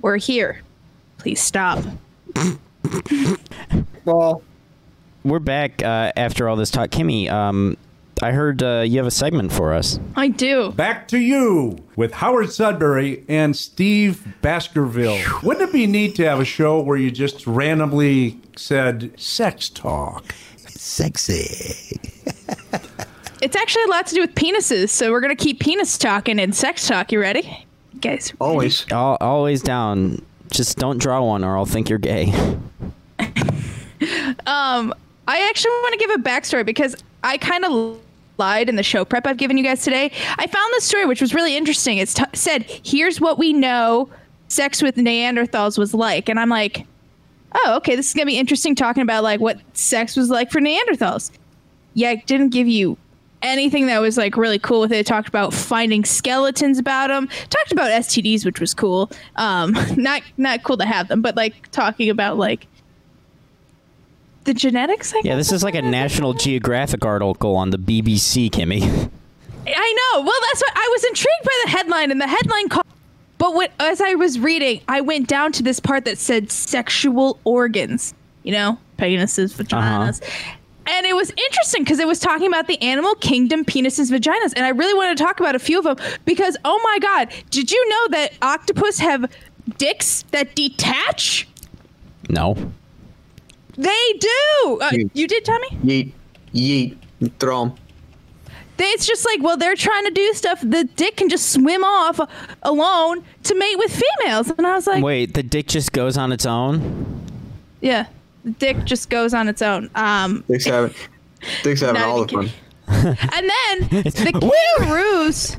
[SPEAKER 6] We're here. Please stop.
[SPEAKER 1] Well,
[SPEAKER 3] We're back uh, after all this talk. Kimmy, um, I heard uh, you have a segment for us.
[SPEAKER 6] I do.
[SPEAKER 2] back to you with Howard Sudbury and Steve Baskerville. Wouldn't it be neat to have a show where you just randomly said sex talk?
[SPEAKER 9] Sexy.
[SPEAKER 6] It's actually a lot to do with penises, so we're gonna keep penis talking and sex talk. You ready, you guys?
[SPEAKER 1] always.
[SPEAKER 3] Al always down. Just don't draw one, or I'll think you're gay.
[SPEAKER 6] I actually want to give a backstory because I kind of lied in the show prep I've given you guys today. I found this story, which was really interesting. It t- said, "Here's what we know sex with Neanderthals was like," and I'm like, "Oh, okay, this is gonna be interesting talking about like what sex was like for Neanderthals." Yeah, it didn't give you anything that was like really cool with it. it talked about finding skeletons about them. Talked about STDs, which was cool. Um, not not cool to have them, but like talking about like. The genetics, I
[SPEAKER 3] Yeah, this is like a National Geographic article on the BBC, Kimmy.
[SPEAKER 6] I know. Well, that's what I was intrigued by the headline, and the headline called. But what, as I was reading, I went down to this part that said sexual organs. You know, penises, vaginas. And it was interesting because it was talking about the animal kingdom penises, vaginas, and I really wanted to talk about a few of them because oh my god, did you know that octopus have dicks that detach?
[SPEAKER 3] No.
[SPEAKER 6] They do. Uh, you did, Tommy?
[SPEAKER 1] Yeet, yeet, throw 'em.
[SPEAKER 6] They- It's just like, well, they're trying to do stuff. The dick can just swim off alone to mate with females. And I was like,
[SPEAKER 3] Wait, the dick just goes on its own?
[SPEAKER 6] yeah. dick just goes on its own. Um,
[SPEAKER 1] Dick's having, Dick's having
[SPEAKER 6] Not
[SPEAKER 1] all the
[SPEAKER 6] even
[SPEAKER 1] fun.
[SPEAKER 6] and then the kangaroos.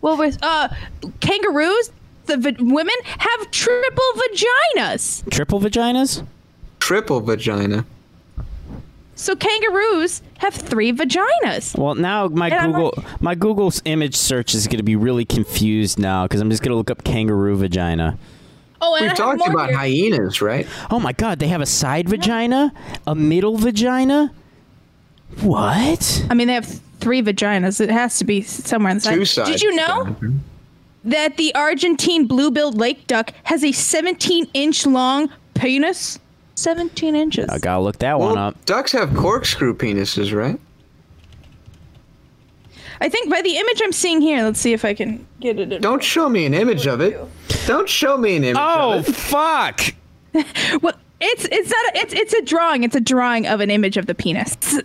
[SPEAKER 6] Well, with uh, kangaroos, the v- women have triple vaginas.
[SPEAKER 3] Triple vaginas?
[SPEAKER 1] Triple vagina.
[SPEAKER 6] So kangaroos have three vaginas.
[SPEAKER 3] Well, now my
[SPEAKER 6] And I'm
[SPEAKER 3] Google my Google's image search is going to be really confused now because I'm just going to look up kangaroo vagina.
[SPEAKER 6] Oh, and
[SPEAKER 1] We've
[SPEAKER 6] I have
[SPEAKER 1] talked
[SPEAKER 6] more
[SPEAKER 1] about
[SPEAKER 6] here.
[SPEAKER 1] hyenas, right?
[SPEAKER 3] Oh my God, they have a side vagina, a middle vagina. What?
[SPEAKER 6] I mean, they have three vaginas. It has to be somewhere on the side.
[SPEAKER 1] Two sides.
[SPEAKER 6] Did you know that the Argentine bluebill lake duck has a 17 inch long penis? 17 inches.
[SPEAKER 3] I gotta look that one
[SPEAKER 1] Well,
[SPEAKER 3] up.
[SPEAKER 1] ducks have corkscrew penises, right?
[SPEAKER 6] I think by the image I'm seeing here, let's see if I can get it. in-
[SPEAKER 1] Don't show me an image of it. Don't show me an image
[SPEAKER 3] Oh
[SPEAKER 1] of it.
[SPEAKER 3] fuck!
[SPEAKER 6] Well, it's it's not a, it's it's a drawing. It's a drawing of an image of the penis.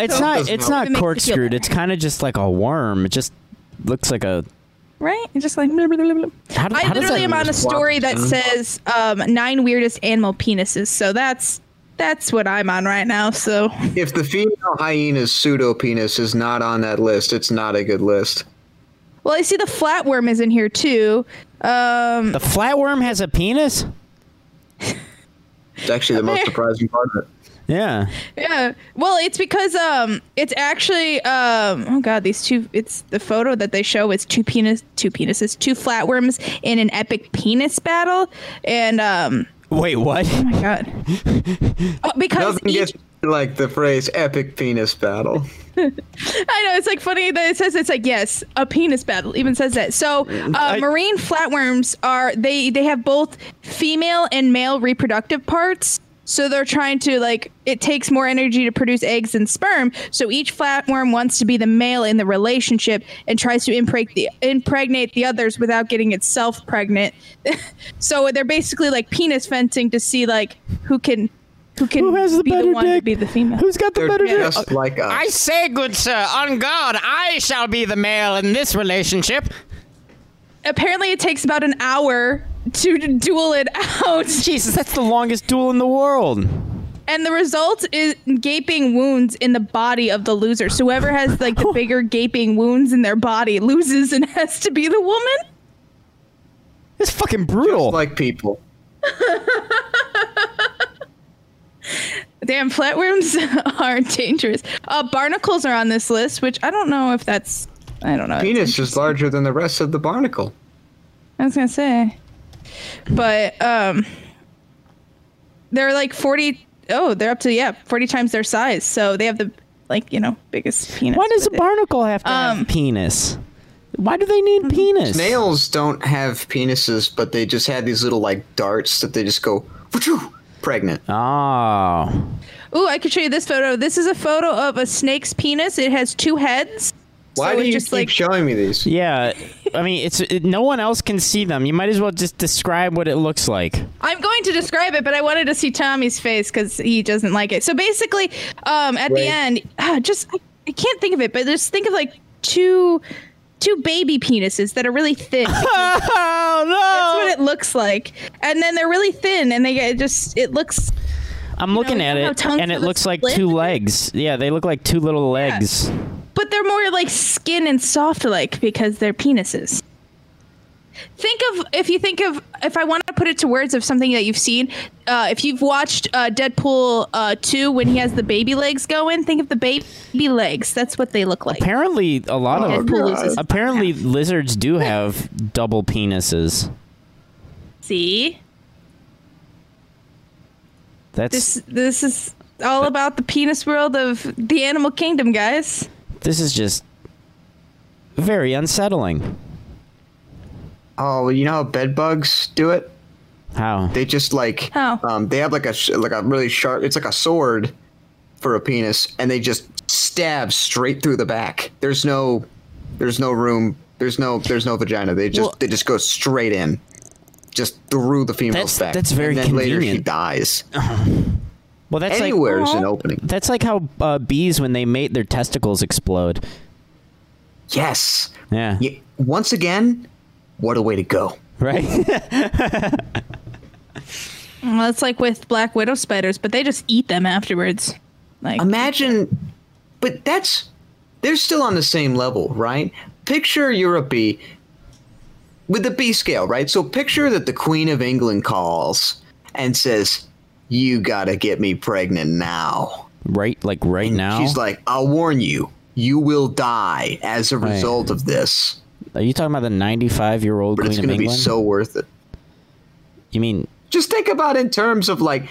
[SPEAKER 3] It's
[SPEAKER 6] So-
[SPEAKER 3] not. It's
[SPEAKER 6] It
[SPEAKER 3] not
[SPEAKER 6] makes you feel
[SPEAKER 3] corkscrewed.
[SPEAKER 6] better.
[SPEAKER 3] It's kind of just like a worm. It just looks like a.
[SPEAKER 6] right. It's just like. blah, blah, blah, blah.
[SPEAKER 3] How, do-
[SPEAKER 6] I
[SPEAKER 3] how does
[SPEAKER 6] literally
[SPEAKER 3] that Hmm?
[SPEAKER 6] am on a
[SPEAKER 1] just walk
[SPEAKER 6] story that
[SPEAKER 1] down?
[SPEAKER 6] says um, nine weirdest animal penises. So that's that's what I'm on right now. So
[SPEAKER 1] If the female hyena's pseudo penis is not on that list, it's not a good list.
[SPEAKER 6] well, I see the flatworm is in here too. Um,
[SPEAKER 3] The flatworm has a penis.
[SPEAKER 1] It's actually the most surprising part of it.
[SPEAKER 3] Yeah.
[SPEAKER 6] yeah. Well, it's because um, it's actually um, oh god, these two. It's the photo that they show is two penis, two penises, two flatworms in an epic penis battle, and um,
[SPEAKER 3] Wait, what?
[SPEAKER 6] oh my god, Oh, because
[SPEAKER 1] Nothing
[SPEAKER 6] each-
[SPEAKER 1] gets like the phrase epic penis battle.
[SPEAKER 6] I know it's like funny that it says it's like yes, a penis battle even says that. So uh, marine flatworms are they they have both female and male reproductive parts. So they're trying to like it takes more energy to produce eggs than sperm. So each flatworm wants to be the male in the relationship and tries to impregnate the, impregnate the others without getting itself pregnant. so they're basically like penis fencing to see like who can who can
[SPEAKER 3] Who has the
[SPEAKER 6] be
[SPEAKER 3] better
[SPEAKER 6] the one to
[SPEAKER 3] dick?
[SPEAKER 6] be the female.
[SPEAKER 3] Who's got the
[SPEAKER 1] They're
[SPEAKER 3] better dick?
[SPEAKER 1] just like us.
[SPEAKER 3] I say, good sir, on God, I shall be the male in this relationship.
[SPEAKER 6] apparently it takes about an hour to d- duel it out
[SPEAKER 3] Jesus, that's the longest duel in the world.
[SPEAKER 6] and the result is gaping wounds in the body of the loser so whoever has like the bigger gaping wounds in their body loses and has to be the woman
[SPEAKER 3] It's fucking brutal.
[SPEAKER 1] Just like people.
[SPEAKER 6] damn flatworms are dangerous uh barnacles are on this list which i don't know if that's i don't know
[SPEAKER 1] Penis is larger than the rest of the barnacle.
[SPEAKER 6] I was gonna say, but um, they're like forty. Oh, they're up to yeah, forty times their size. So they have the like you know biggest penis.
[SPEAKER 3] Why does a
[SPEAKER 6] with it.
[SPEAKER 3] barnacle have to
[SPEAKER 6] Um,
[SPEAKER 3] have penis? Why do they need penis?
[SPEAKER 1] Snails don't have penises, but they just have these little like darts that they just go "Wachoo!" pregnant.
[SPEAKER 3] Uh, Oh.
[SPEAKER 6] Ooh, I could show you this photo. This is a photo of a snake's penis. It has two heads.
[SPEAKER 1] Why
[SPEAKER 6] so
[SPEAKER 1] do
[SPEAKER 6] it
[SPEAKER 1] you
[SPEAKER 6] just
[SPEAKER 1] keep
[SPEAKER 6] like
[SPEAKER 1] showing me these?
[SPEAKER 3] Yeah. I mean, it's it, no one else can see them. You might as well just describe what it looks like.
[SPEAKER 6] I'm going to describe it, but I wanted to see Tommy's face because he doesn't like it. So basically, um, at the
[SPEAKER 1] Right.
[SPEAKER 6] end, ah, just I, I can't think of it, but just think of like two two baby penises that are really thin.
[SPEAKER 3] Oh
[SPEAKER 6] That's
[SPEAKER 3] no!
[SPEAKER 6] what it looks like. And then they're really thin, and they get it just it looks.
[SPEAKER 3] I'm looking
[SPEAKER 6] know
[SPEAKER 3] at
[SPEAKER 6] how
[SPEAKER 3] it,
[SPEAKER 6] tongues
[SPEAKER 3] and
[SPEAKER 6] are
[SPEAKER 3] it
[SPEAKER 6] the
[SPEAKER 3] looks like
[SPEAKER 6] split?
[SPEAKER 3] two legs. Yeah, they look like two little legs.
[SPEAKER 6] But they're more like skin and soft like because they're penises. Think of if you think of if I want to put it to words of something that you've seen. Uh, if you've watched uh, Deadpool uh, two when he has the baby legs going, think of the baby legs. That's what they look like.
[SPEAKER 3] Apparently, a lot of
[SPEAKER 6] Deadpool loses.
[SPEAKER 3] apparently lizards do have double penises.
[SPEAKER 6] See,
[SPEAKER 3] That's
[SPEAKER 6] this
[SPEAKER 3] this,
[SPEAKER 6] this is all about the penis world of the animal kingdom, guys.
[SPEAKER 3] is just very unsettling.
[SPEAKER 1] Oh, you know how bed bugs do it?
[SPEAKER 3] How?
[SPEAKER 1] They just like
[SPEAKER 6] How?
[SPEAKER 1] um, they have like a sh- like a really sharp. It's like a sword for a penis, and they just stab straight through the back. There's no, there's no room. There's no there's no vagina. They just
[SPEAKER 3] Well-
[SPEAKER 1] they just go straight in, just through the female's
[SPEAKER 3] That's-
[SPEAKER 1] back.
[SPEAKER 3] that's very
[SPEAKER 1] And then later she
[SPEAKER 3] convenient.
[SPEAKER 1] dies.
[SPEAKER 3] Well, that's
[SPEAKER 1] Anywhere is
[SPEAKER 3] like
[SPEAKER 1] an opening.
[SPEAKER 3] that's like how uh, bees when they mate their testicles explode.
[SPEAKER 1] Yes.
[SPEAKER 3] Yeah.
[SPEAKER 1] Ye- Once again, what a way to go.
[SPEAKER 3] Right.
[SPEAKER 6] Well, it's like with black widow spiders, but they just eat them afterwards. Like
[SPEAKER 1] imagine, but that's they're still on the same level, right? Picture you're a bee with the B scale, right? So picture that the Queen of England calls and says, "You gotta get me pregnant now."
[SPEAKER 3] Right, like right now.
[SPEAKER 1] She's like, "I'll warn you, you will die as a
[SPEAKER 3] Right.
[SPEAKER 1] result of this,
[SPEAKER 3] Are you talking about the 95 year old
[SPEAKER 1] but
[SPEAKER 3] Queen
[SPEAKER 1] it's
[SPEAKER 3] of
[SPEAKER 1] gonna be
[SPEAKER 3] England?
[SPEAKER 1] so worth it."
[SPEAKER 3] you mean
[SPEAKER 1] Just think about in terms of like,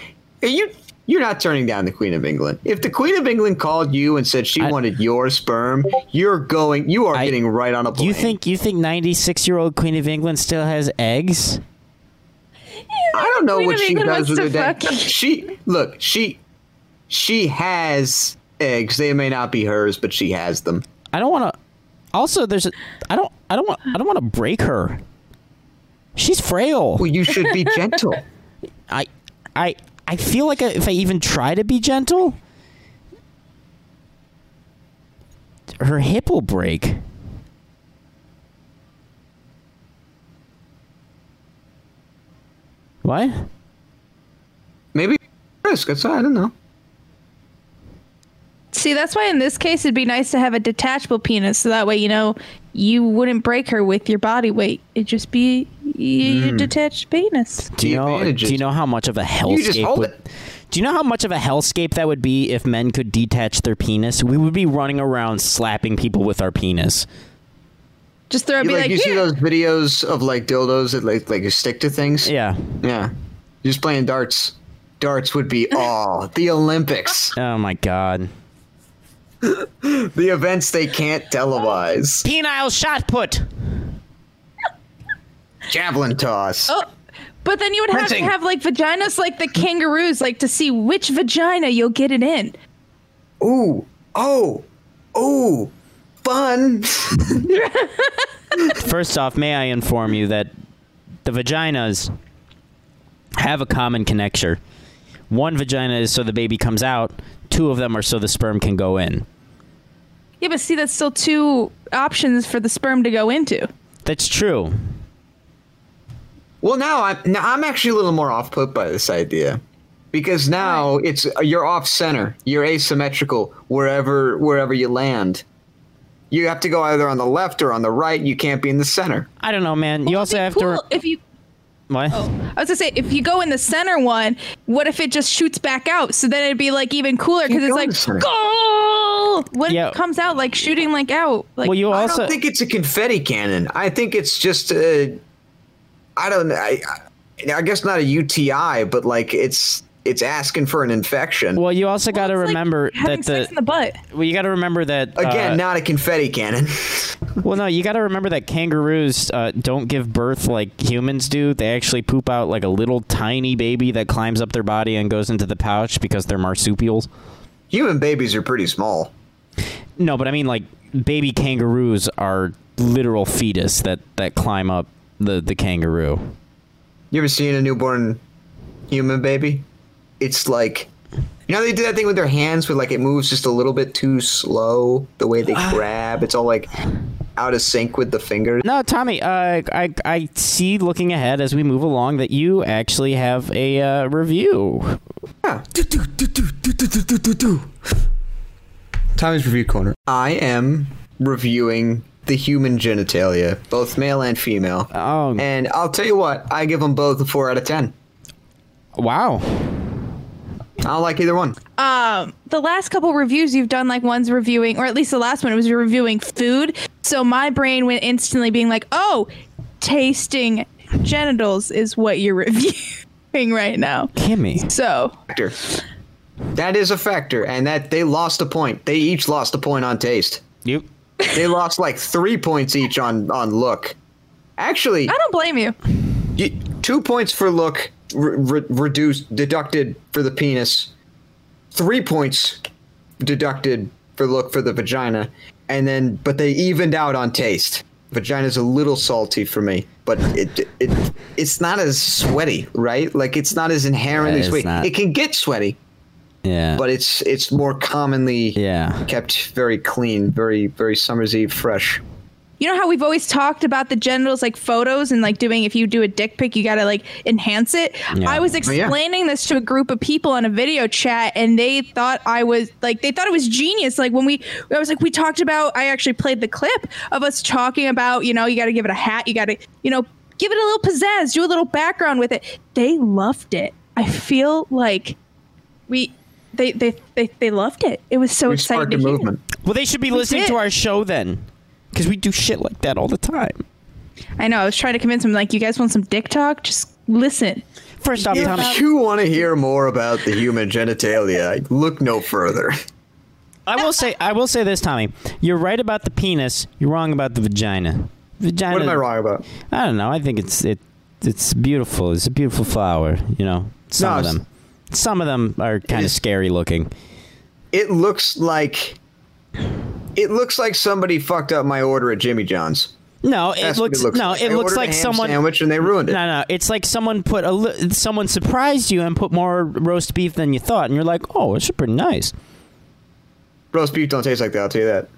[SPEAKER 1] are you you're not turning down the Queen of England. If the Queen of England called you and said she
[SPEAKER 3] I-
[SPEAKER 1] wanted your sperm, you're going. You are
[SPEAKER 3] I-
[SPEAKER 1] getting right on a
[SPEAKER 3] do
[SPEAKER 1] plane.
[SPEAKER 3] you think you think 96 year old Queen of England still has eggs?
[SPEAKER 1] I don't know
[SPEAKER 6] Queen
[SPEAKER 1] what
[SPEAKER 6] of
[SPEAKER 1] she
[SPEAKER 6] England
[SPEAKER 1] does
[SPEAKER 6] wants
[SPEAKER 1] with her
[SPEAKER 6] to
[SPEAKER 1] day.
[SPEAKER 6] fuck you.
[SPEAKER 1] She look, she she has eggs. They may not be hers, but she has them.
[SPEAKER 3] I don't want to. Also, there's a. I don't. I don't want. I don't want to break her. She's frail.
[SPEAKER 1] Well, you should be gentle.
[SPEAKER 3] I. I. I feel like if I even try to be gentle, her hip will break. What?
[SPEAKER 1] Maybe risk. That's I don't know.
[SPEAKER 6] See, that's why in this case it'd be nice to have a detachable penis, so that way you know you wouldn't break her with your body weight. It'd just be y- your
[SPEAKER 1] Hmm.
[SPEAKER 6] detached penis.
[SPEAKER 3] Do you
[SPEAKER 1] The
[SPEAKER 3] know?
[SPEAKER 1] advantages.
[SPEAKER 3] Do you know how much of a
[SPEAKER 1] You just
[SPEAKER 3] hellscape
[SPEAKER 1] hold
[SPEAKER 3] would?
[SPEAKER 1] it.
[SPEAKER 3] Do you know how much of a hellscape that would be if men could detach their penis? We would be running around slapping people with our penis.
[SPEAKER 6] Just throw it,
[SPEAKER 1] You,
[SPEAKER 6] be
[SPEAKER 1] like,
[SPEAKER 6] like,
[SPEAKER 1] you see
[SPEAKER 6] yeah.
[SPEAKER 1] those videos of like dildos that like like stick to things.
[SPEAKER 3] Yeah.
[SPEAKER 1] yeah. You're just playing darts. Darts would be all the Olympics,
[SPEAKER 3] Oh my god.
[SPEAKER 1] the events they can't televise.
[SPEAKER 3] Penile shot put.
[SPEAKER 1] Javelin toss.
[SPEAKER 6] Oh, but then you would have to
[SPEAKER 1] Printing.
[SPEAKER 6] have like vaginas like the kangaroos, like to see which vagina you'll get it in.
[SPEAKER 1] Ooh, oh, oh, fun.
[SPEAKER 3] First off, may I inform you that the vaginas have a common connector. One vagina is so the baby comes out. Two of them are so the sperm can go in.
[SPEAKER 6] Yeah, but see, that's still two options for the sperm to go into.
[SPEAKER 3] That's true.
[SPEAKER 1] Well, now I'm now I'm actually a little more off put by this idea because now it's you're off center, you're asymmetrical wherever wherever you land. You have to go either on the left or on the right. You can't be in the center.
[SPEAKER 3] I don't know, man. You also
[SPEAKER 6] It'd be
[SPEAKER 3] have
[SPEAKER 6] cool oh,
[SPEAKER 3] to.
[SPEAKER 6] if you
[SPEAKER 3] What?
[SPEAKER 6] I was gonna say, if you go in the center one, what if it just shoots back out? So then it'd be like even cooler because
[SPEAKER 1] Keep going,
[SPEAKER 6] it's
[SPEAKER 1] sir.
[SPEAKER 6] like goal. What
[SPEAKER 3] Yeah.
[SPEAKER 6] if it comes out like shooting like out? Like
[SPEAKER 3] well, you
[SPEAKER 1] I
[SPEAKER 3] also.
[SPEAKER 1] don't think it's a confetti cannon. I think it's just a. I don't. I, I I guess not a UTI, but like it's it's asking for an infection.
[SPEAKER 3] Well, you also got to
[SPEAKER 6] It's like
[SPEAKER 3] remember
[SPEAKER 6] having
[SPEAKER 3] that the,
[SPEAKER 6] sex in the butt.
[SPEAKER 3] well, you got to remember that
[SPEAKER 1] Again,
[SPEAKER 3] uh,
[SPEAKER 1] not a confetti cannon.
[SPEAKER 3] well, no, you got to remember that kangaroos uh, don't give birth like humans do. They actually poop out like a little tiny baby that climbs up their body and goes into the pouch because they're marsupials.
[SPEAKER 1] Human babies are pretty small.
[SPEAKER 3] No, but I mean like baby kangaroos are literal fetus that that climb up the the kangaroo.
[SPEAKER 1] You ever seen a newborn human baby? It's like you know they do that thing with their hands with like it moves just a little bit too slow. The way they grab, it's all like out of sync with the fingers.
[SPEAKER 3] No, Tommy, uh, I I see looking ahead as we move along that you actually have a uh, review.
[SPEAKER 11] Tommy's review corner.
[SPEAKER 1] I am reviewing the human genitalia, both male and female.
[SPEAKER 3] Oh,
[SPEAKER 1] And I'll tell you what, I give them both a four out of ten.
[SPEAKER 3] wow.
[SPEAKER 1] I don't like either one.
[SPEAKER 6] The last couple reviews you've done, like one's reviewing, or at least the last one was reviewing food. So my brain went instantly being like, oh, tasting genitals is what you're reviewing right now.
[SPEAKER 3] Kimmy.
[SPEAKER 6] So
[SPEAKER 1] Factor. That is a factor, and that they lost a point. They each lost a point on taste.
[SPEAKER 3] You
[SPEAKER 1] They lost like three points each on on look. Actually,
[SPEAKER 6] I don't blame you.
[SPEAKER 1] You, two points for look re- re- reduced deducted for the penis, three points deducted for look for the vagina, and then but they evened out on taste. Vagina's a little salty for me, but it it it's not as sweaty, right? Like it's not as inherently
[SPEAKER 3] Yeah, it's
[SPEAKER 1] sweet.
[SPEAKER 3] not.
[SPEAKER 1] It can get sweaty,
[SPEAKER 3] Yeah.
[SPEAKER 1] but it's it's more commonly
[SPEAKER 3] yeah.
[SPEAKER 1] kept very clean, very very summer's eve fresh.
[SPEAKER 6] you know how we've always talked about the genitals like photos and like doing if you do a dick pic you gotta like enhance it
[SPEAKER 11] Yeah.
[SPEAKER 6] i was
[SPEAKER 11] Oh, yeah.
[SPEAKER 6] explaining this to a group of people on a video chat and they thought i was like they thought it was genius like when we i was like we talked about i actually played the clip of us talking about you know you gotta give it a hat you gotta you know give it a little pizzazz do a little background with it they loved it i feel like we they they they, they loved it it was so exciting to hear.
[SPEAKER 3] Well, they should be
[SPEAKER 6] We
[SPEAKER 3] listening
[SPEAKER 6] did.
[SPEAKER 3] to our show then, because we do shit like that all the time.
[SPEAKER 6] I know. I was trying to convince him, like, you guys want some dick talk? Just listen.
[SPEAKER 3] First off, Tom-
[SPEAKER 1] If you want to hear more about the human genitalia, look no further.
[SPEAKER 3] I will say, I will say this, Tommy. You're right about the penis. You're wrong about the vagina. Vagina.
[SPEAKER 1] What am I wrong about?
[SPEAKER 3] I don't know. I think it's it. It's beautiful. It's a beautiful flower. You know, some
[SPEAKER 1] No,
[SPEAKER 3] of
[SPEAKER 1] it's-
[SPEAKER 3] them. Some of them are kind of scary looking.
[SPEAKER 1] It looks like it looks like somebody fucked up my order at Jimmy John's.
[SPEAKER 3] No, it
[SPEAKER 1] That's what
[SPEAKER 3] looks,
[SPEAKER 1] it looks
[SPEAKER 3] no,
[SPEAKER 1] like.
[SPEAKER 3] it
[SPEAKER 1] I
[SPEAKER 3] looks
[SPEAKER 1] ordered a
[SPEAKER 3] like
[SPEAKER 1] ham
[SPEAKER 3] someone
[SPEAKER 1] sandwich and they ruined it.
[SPEAKER 3] No, no, it's like someone put a li- someone surprised you and put more roast beef than you thought, and you're like, oh, it's pretty nice.
[SPEAKER 1] Roast beef don't taste like that. I'll tell you that.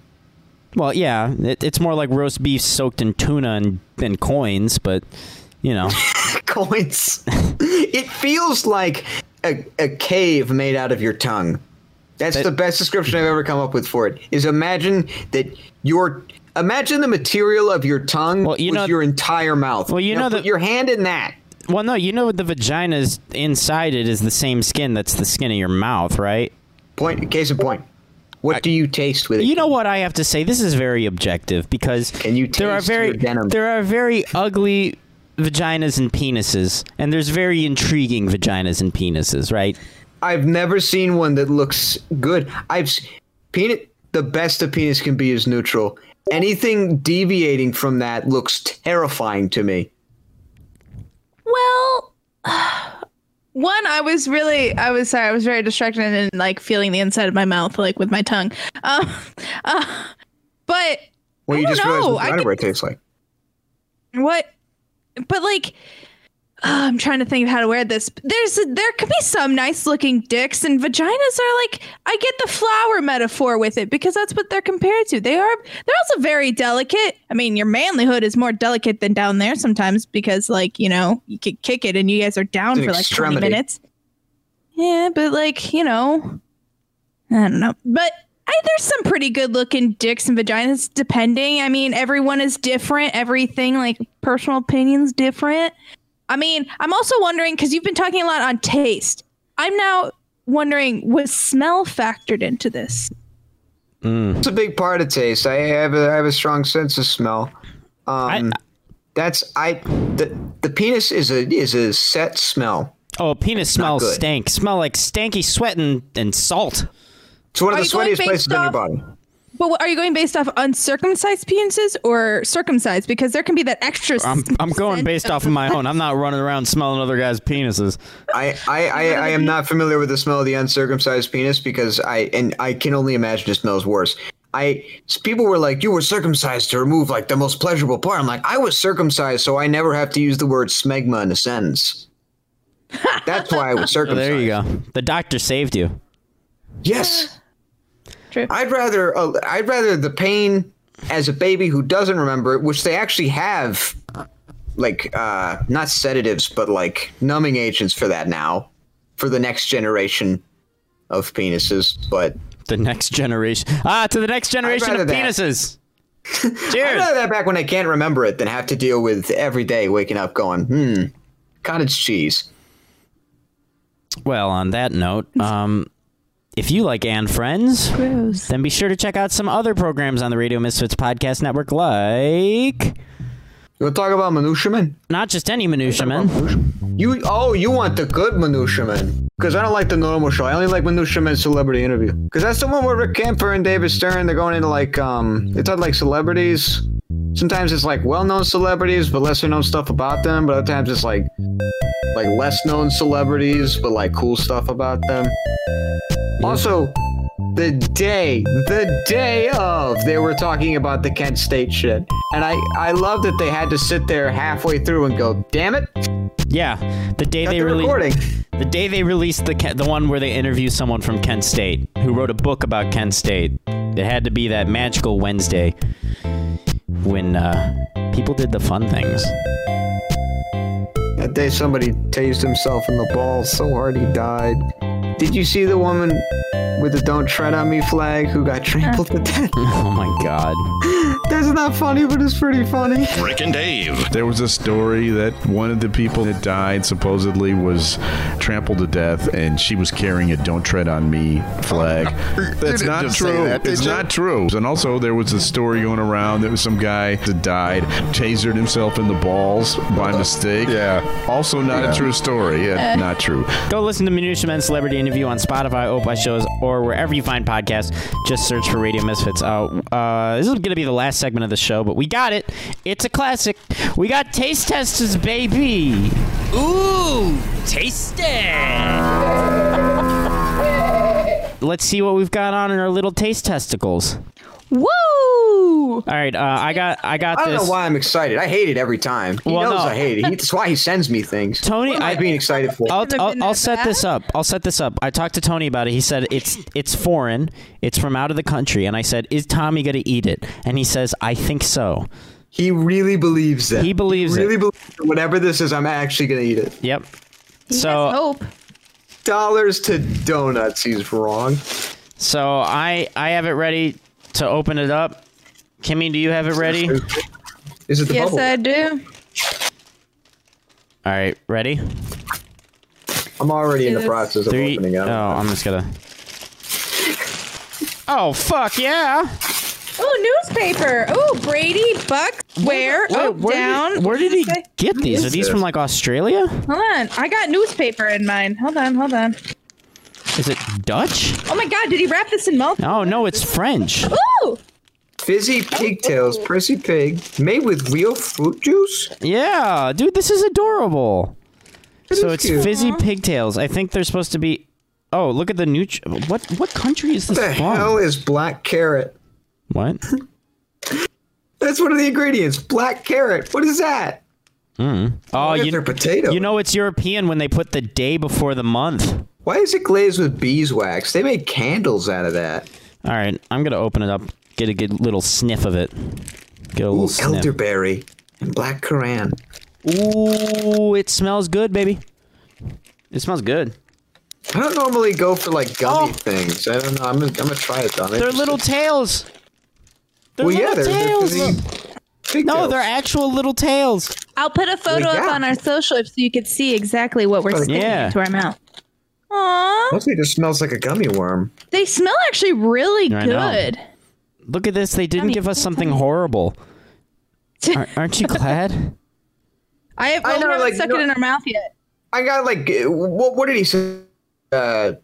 [SPEAKER 3] Well, yeah, it, it's more like roast beef soaked in tuna and, and coins, but you know,
[SPEAKER 1] Coins. it feels like a, a cave made out of your tongue. That's the best description I've ever come up with for it. Is imagine that your imagine the material of your tongue was your entire mouth. Well,
[SPEAKER 3] you know
[SPEAKER 1] put
[SPEAKER 3] that-
[SPEAKER 1] your hand in that.
[SPEAKER 3] well, no, you know the vagina's inside it is the same skin that's the skin of your mouth, right?
[SPEAKER 1] Point. Case in point. What do you taste with it?
[SPEAKER 3] You know what I have to say. This is very objective because
[SPEAKER 1] Can you
[SPEAKER 3] there are
[SPEAKER 1] taste
[SPEAKER 3] very
[SPEAKER 1] your venom?
[SPEAKER 3] there are very ugly vaginas and penises, and there's very intriguing vaginas and penises, right?
[SPEAKER 1] I've never seen one that looks good. I've s- peanut. The best a penis can be is neutral. Anything deviating from that looks terrifying to me.
[SPEAKER 6] Well, one, I was really, I was sorry, I was very distracted and like feeling the inside of my mouth, like with my tongue. Um, uh, but
[SPEAKER 1] Well, you
[SPEAKER 6] don't
[SPEAKER 1] just realized
[SPEAKER 6] know.
[SPEAKER 1] what
[SPEAKER 6] I
[SPEAKER 1] underwear tastes like.
[SPEAKER 6] what? But like, uh, I'm trying to think of how to wear this. There's, there could be some nice looking dicks and vaginas are like, I get the flower metaphor with it because that's what they're compared to. They are, they're also very delicate. I mean, your manlyhood is more delicate than down there sometimes because like, you know, you could kick it and you guys are down
[SPEAKER 11] It's an
[SPEAKER 6] for like 20
[SPEAKER 11] extremity.
[SPEAKER 6] minutes. Yeah, but like, you know, I don't know. But I, there's some pretty good looking dicks and vaginas, depending. I mean, everyone is different. Everything, like personal opinions, different. I mean, I'm also wondering because you've been talking a lot on taste. I'm now wondering was smell factored into this?
[SPEAKER 1] It's a big part of taste. I have a, I have a strong sense of smell. Um, that's I the the penis is a is a set smell.
[SPEAKER 3] Oh, penis smells
[SPEAKER 1] good.
[SPEAKER 3] stank. Smell like stanky sweat and, and salt.
[SPEAKER 1] It's one
[SPEAKER 6] of Are the you going sweatiest places based on your off-
[SPEAKER 1] body.
[SPEAKER 6] But what, are you going based off uncircumcised penises or circumcised? Because there can be that extra.
[SPEAKER 3] I'm, I'm going based off of my own. I'm not running around smelling other guys' penises.
[SPEAKER 1] I, I, I, I am not familiar with the smell of the uncircumcised penis because I and I can only imagine it smells worse. I s- people were like, you were circumcised to remove like the most pleasurable part. I'm like, I was circumcised, so I never have to use the word smegma in a sentence. That's why I was
[SPEAKER 3] Oh,
[SPEAKER 1] circumcised.
[SPEAKER 3] there you go. The doctor saved you.
[SPEAKER 1] Yes. I'd rather uh, I'd rather the pain as a baby who doesn't remember it, which they actually have like uh not sedatives but like numbing agents for that now for the next generation of penises, but
[SPEAKER 3] The next generation. Ah, to the next generation
[SPEAKER 1] rather
[SPEAKER 3] of
[SPEAKER 1] that.
[SPEAKER 3] penises.
[SPEAKER 1] I'd rather that back when I can't remember it than have to deal with every day waking up going, hmm, cottage cheese.
[SPEAKER 3] Well, on that note, um, if you like and friends, then be sure to check out some other programs on the Radio Misfits Podcast Network, like.
[SPEAKER 1] We'll talk about minutiemen.
[SPEAKER 3] Not just any minutiemen.
[SPEAKER 1] You oh, you want the good minutiemen. Because I don't like the normal show. I only like minutiemen's celebrity interview. Because that's the one where Rick Camper and David Stern they're going into like um they talk like celebrities. Sometimes it's like well-known celebrities, but lesser-known stuff about them. But other times it's like like less-known celebrities, but like cool stuff about them. Also, the day, the day of, they were talking about the Kent State shit, and I I love that they had to sit there halfway through and go, damn it,
[SPEAKER 3] Yeah, the day they
[SPEAKER 1] the recording.
[SPEAKER 3] released the day they released the Ke- the one where they interview someone from Kent State who wrote a book about Kent State. It had to be that magical Wednesday. when uh, people did the fun things.
[SPEAKER 1] That day somebody tased himself in the balls so hard he died. Did you see the woman with the don't tread on me flag who got trampled to death?
[SPEAKER 3] Oh my god.
[SPEAKER 1] That's not funny, but it's pretty funny.
[SPEAKER 11] Rick and Dave.
[SPEAKER 4] There was a story that one of the people that died supposedly was trampled to death, and she was carrying a "Don't Tread on Me" flag. That's
[SPEAKER 5] didn't
[SPEAKER 4] not
[SPEAKER 5] just say
[SPEAKER 4] true.
[SPEAKER 5] that, did
[SPEAKER 4] it's
[SPEAKER 5] you?
[SPEAKER 4] not true. And also, there was a story going around that was some guy that died, tasered himself in the balls by mistake.
[SPEAKER 5] yeah.
[SPEAKER 4] Also, not
[SPEAKER 5] Yeah.
[SPEAKER 4] a true story. Yeah, not true.
[SPEAKER 3] Go listen to Minutia Men Celebrity Interview on Spotify, Opie Shows, or wherever you find podcasts. Just search for Radio Misfits. Uh, uh, this is going to be the last segment of the show, but we got it. It's a classic. We got taste testers, baby.
[SPEAKER 12] Ooh, taste it.
[SPEAKER 3] Let's see what we've got on in our little taste testicles.
[SPEAKER 6] Woo!
[SPEAKER 3] All right, uh, I got, I got
[SPEAKER 1] I don't
[SPEAKER 3] this.
[SPEAKER 1] know why I'm excited. I hate it every time. He
[SPEAKER 3] Well,
[SPEAKER 1] knows
[SPEAKER 3] no.
[SPEAKER 1] I hate it. He, that's why he sends me things.
[SPEAKER 3] Tony,
[SPEAKER 1] what am I,
[SPEAKER 3] I-
[SPEAKER 1] being excited for?
[SPEAKER 3] I'll,
[SPEAKER 6] Couldn't have been
[SPEAKER 3] I'll, I'll
[SPEAKER 6] that
[SPEAKER 3] set this up. I'll set this up. I talked to Tony about it. He said it's it's foreign. It's from out of the country. And I said, "Is Tommy going to eat it?" And he says, "I think so."
[SPEAKER 1] he really believes that.
[SPEAKER 3] He believes
[SPEAKER 1] really
[SPEAKER 3] it.
[SPEAKER 1] believes that whatever this is, I'm actually gonna eat it.
[SPEAKER 3] Yep.
[SPEAKER 6] He
[SPEAKER 3] so
[SPEAKER 6] has hope.
[SPEAKER 1] Dollars to donuts. He's wrong.
[SPEAKER 3] So I I have it ready to open it up. Kimmy, do you have it ready? All
[SPEAKER 1] Is it the
[SPEAKER 6] Yes,
[SPEAKER 1] bubble?
[SPEAKER 6] I do.
[SPEAKER 3] right, ready?
[SPEAKER 1] I'm already in the
[SPEAKER 6] Yes.
[SPEAKER 1] process of
[SPEAKER 3] Three.
[SPEAKER 1] opening
[SPEAKER 3] Oh,
[SPEAKER 1] up.
[SPEAKER 3] I'm just gonna. Oh fuck yeah!
[SPEAKER 6] Oh, newspaper. Oh, Brady Buck. Where?
[SPEAKER 3] Wait,
[SPEAKER 6] Up, down.
[SPEAKER 3] Did, where did he get these? Are these from like Australia?
[SPEAKER 6] Hold on. I got newspaper in mine. Hold on. Hold on.
[SPEAKER 3] Is it Dutch?
[SPEAKER 6] Oh my God! Did he wrap this in multiple?
[SPEAKER 3] Oh no, it's French.
[SPEAKER 6] Ooh!
[SPEAKER 1] Fizzy pigtails, prissy pig, made with real fruit juice.
[SPEAKER 3] Yeah, dude, this is adorable. so
[SPEAKER 1] is
[SPEAKER 3] it's
[SPEAKER 1] cute. Uh-huh.
[SPEAKER 3] fizzy pigtails. I think they're supposed to be. Oh, look at the new. What what country is this
[SPEAKER 1] The
[SPEAKER 3] from?
[SPEAKER 1] hell is black carrot?
[SPEAKER 3] What?
[SPEAKER 1] That's one of the ingredients. Black carrot. What is that?
[SPEAKER 3] Oh,
[SPEAKER 1] Look at
[SPEAKER 3] you,
[SPEAKER 1] their potato.
[SPEAKER 3] You know it's European when they put the day before the month.
[SPEAKER 1] Why is it glazed with beeswax? They make candles out of that.
[SPEAKER 3] All right, I'm gonna open it up, get a good little sniff of it. Get a
[SPEAKER 1] Ooh,
[SPEAKER 3] little sniff.
[SPEAKER 1] elderberry and black Koran.
[SPEAKER 3] Ooh, it smells good, baby. It smells good.
[SPEAKER 1] I don't normally go for like gummy things. I don't know. I'm gonna, I'm gonna try it though. I'm
[SPEAKER 3] Oh. They're
[SPEAKER 1] interested.
[SPEAKER 3] little tails. They're
[SPEAKER 1] Well, yeah,
[SPEAKER 3] little
[SPEAKER 1] they're, they're
[SPEAKER 3] tails.
[SPEAKER 1] fizzy
[SPEAKER 3] no,
[SPEAKER 1] pigtails.
[SPEAKER 3] they're actual little tails.
[SPEAKER 6] I'll put a photo
[SPEAKER 1] Well,
[SPEAKER 6] up
[SPEAKER 1] yeah.
[SPEAKER 6] on our social so you can see exactly what we're sticking
[SPEAKER 3] Yeah.
[SPEAKER 6] into our mouth. Aww.
[SPEAKER 1] Mostly just smells like a gummy worm.
[SPEAKER 6] They smell actually really
[SPEAKER 3] I know.
[SPEAKER 6] good.
[SPEAKER 3] Look at this. They didn't
[SPEAKER 6] Yummy.
[SPEAKER 3] give us something horrible. Ar- Aren't you glad?
[SPEAKER 6] I have
[SPEAKER 1] I
[SPEAKER 6] well, we
[SPEAKER 1] know,
[SPEAKER 6] haven't
[SPEAKER 1] like,
[SPEAKER 6] stuck
[SPEAKER 1] you know-
[SPEAKER 6] it in our mouth yet.
[SPEAKER 1] I got like uh, what? What did he say? Uh,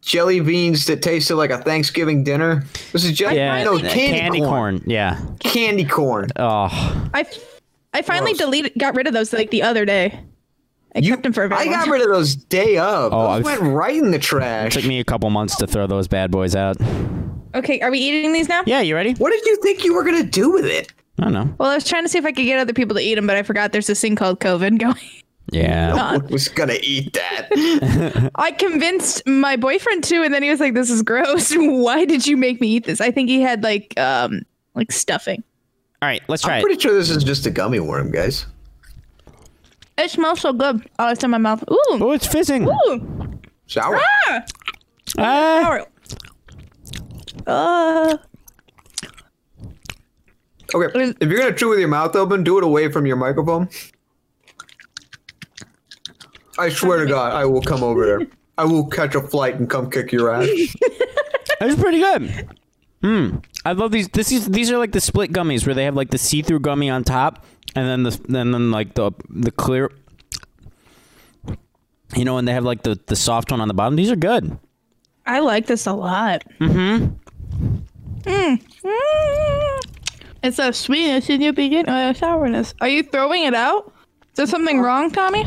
[SPEAKER 1] jelly beans that tasted like a Thanksgiving dinner. This is jelly.
[SPEAKER 3] Yeah,
[SPEAKER 1] no,
[SPEAKER 3] uh,
[SPEAKER 1] candy, corn.
[SPEAKER 3] Yeah.
[SPEAKER 1] Candy corn.
[SPEAKER 3] Oh,
[SPEAKER 6] I, f- I finally deleted, got rid of those like the other day. I kept them for a very
[SPEAKER 1] I
[SPEAKER 6] long
[SPEAKER 1] got
[SPEAKER 6] time.
[SPEAKER 1] rid of those day of.
[SPEAKER 3] Oh,
[SPEAKER 1] Oh,
[SPEAKER 3] I
[SPEAKER 1] those
[SPEAKER 3] was-
[SPEAKER 1] went right in the trash.
[SPEAKER 3] took me a couple months to throw those bad boys out.
[SPEAKER 6] Okay, are we eating these now?
[SPEAKER 3] Yeah, you ready?
[SPEAKER 1] What did you think you were gonna do with it?
[SPEAKER 3] I don't know.
[SPEAKER 6] Well, I was trying to see if I could get other people to eat them, but I forgot there's this thing called COVID going.
[SPEAKER 3] Yeah.
[SPEAKER 1] I was gonna eat that.
[SPEAKER 6] I convinced my boyfriend to, and then he was like, "This is gross. Why did you make me eat this?" I think he had like um like stuffing.
[SPEAKER 3] All right, let's try
[SPEAKER 1] I'm
[SPEAKER 3] it.
[SPEAKER 1] pretty sure this is just a gummy worm, guys.
[SPEAKER 6] It smells so good. Oh, it's in my mouth. Ooh,
[SPEAKER 3] Oh, it's fizzing.
[SPEAKER 6] ooh,
[SPEAKER 1] Sour.
[SPEAKER 3] Ah.
[SPEAKER 6] sour. Uh,
[SPEAKER 1] Okay. If you're gonna chew with your mouth open, do it away from your microphone. I swear to God, I will come over there. I will catch a flight and come kick your ass.
[SPEAKER 3] It's pretty good. Hmm. I love these. This is these are like the split gummies where they have like the see-through gummy on top, and then the and then like the the clear. You know, and they have like the the soft one on the bottom. These are good.
[SPEAKER 6] I like this a lot. Mm-hmm. Mm. It's a sweetness in your begin uh, sourness. Are you throwing it out? Is there something wrong, Tommy?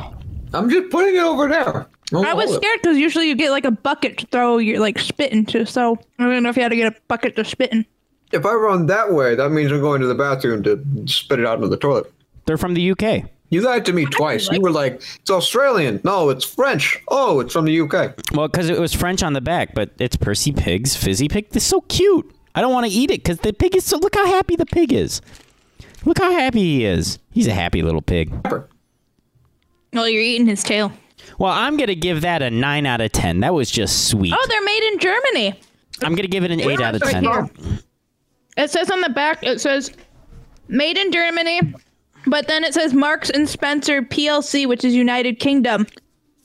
[SPEAKER 1] I'm just putting it over there.
[SPEAKER 6] I was scared because usually you get like a bucket to throw your like spit into. So I don't know if you had to get a bucket to spit in.
[SPEAKER 1] If I run that way, that means I'm going to the bathroom to spit it out into the toilet.
[SPEAKER 3] They're from the UK.
[SPEAKER 1] You lied to me twice. You were like, it's Australian. No, it's French. Oh, it's from the UK.
[SPEAKER 3] Well, because it was French on the back, but it's Percy Pig's fizzy pig. This is so cute. I don't want to eat it because the pig is so. Look how happy the pig is. Look how happy he is. He's a happy little pig.
[SPEAKER 6] Well, you're eating his tail.
[SPEAKER 3] Well, I'm going to give that a 9 out of 10. That was just sweet.
[SPEAKER 6] Oh, they're made in Germany.
[SPEAKER 3] I'm going to give it an 8 out of
[SPEAKER 6] Right
[SPEAKER 3] 10.
[SPEAKER 6] here. It says on the back, it says made in Germany, but then it says Marks and Spencer PLC, which is United Kingdom.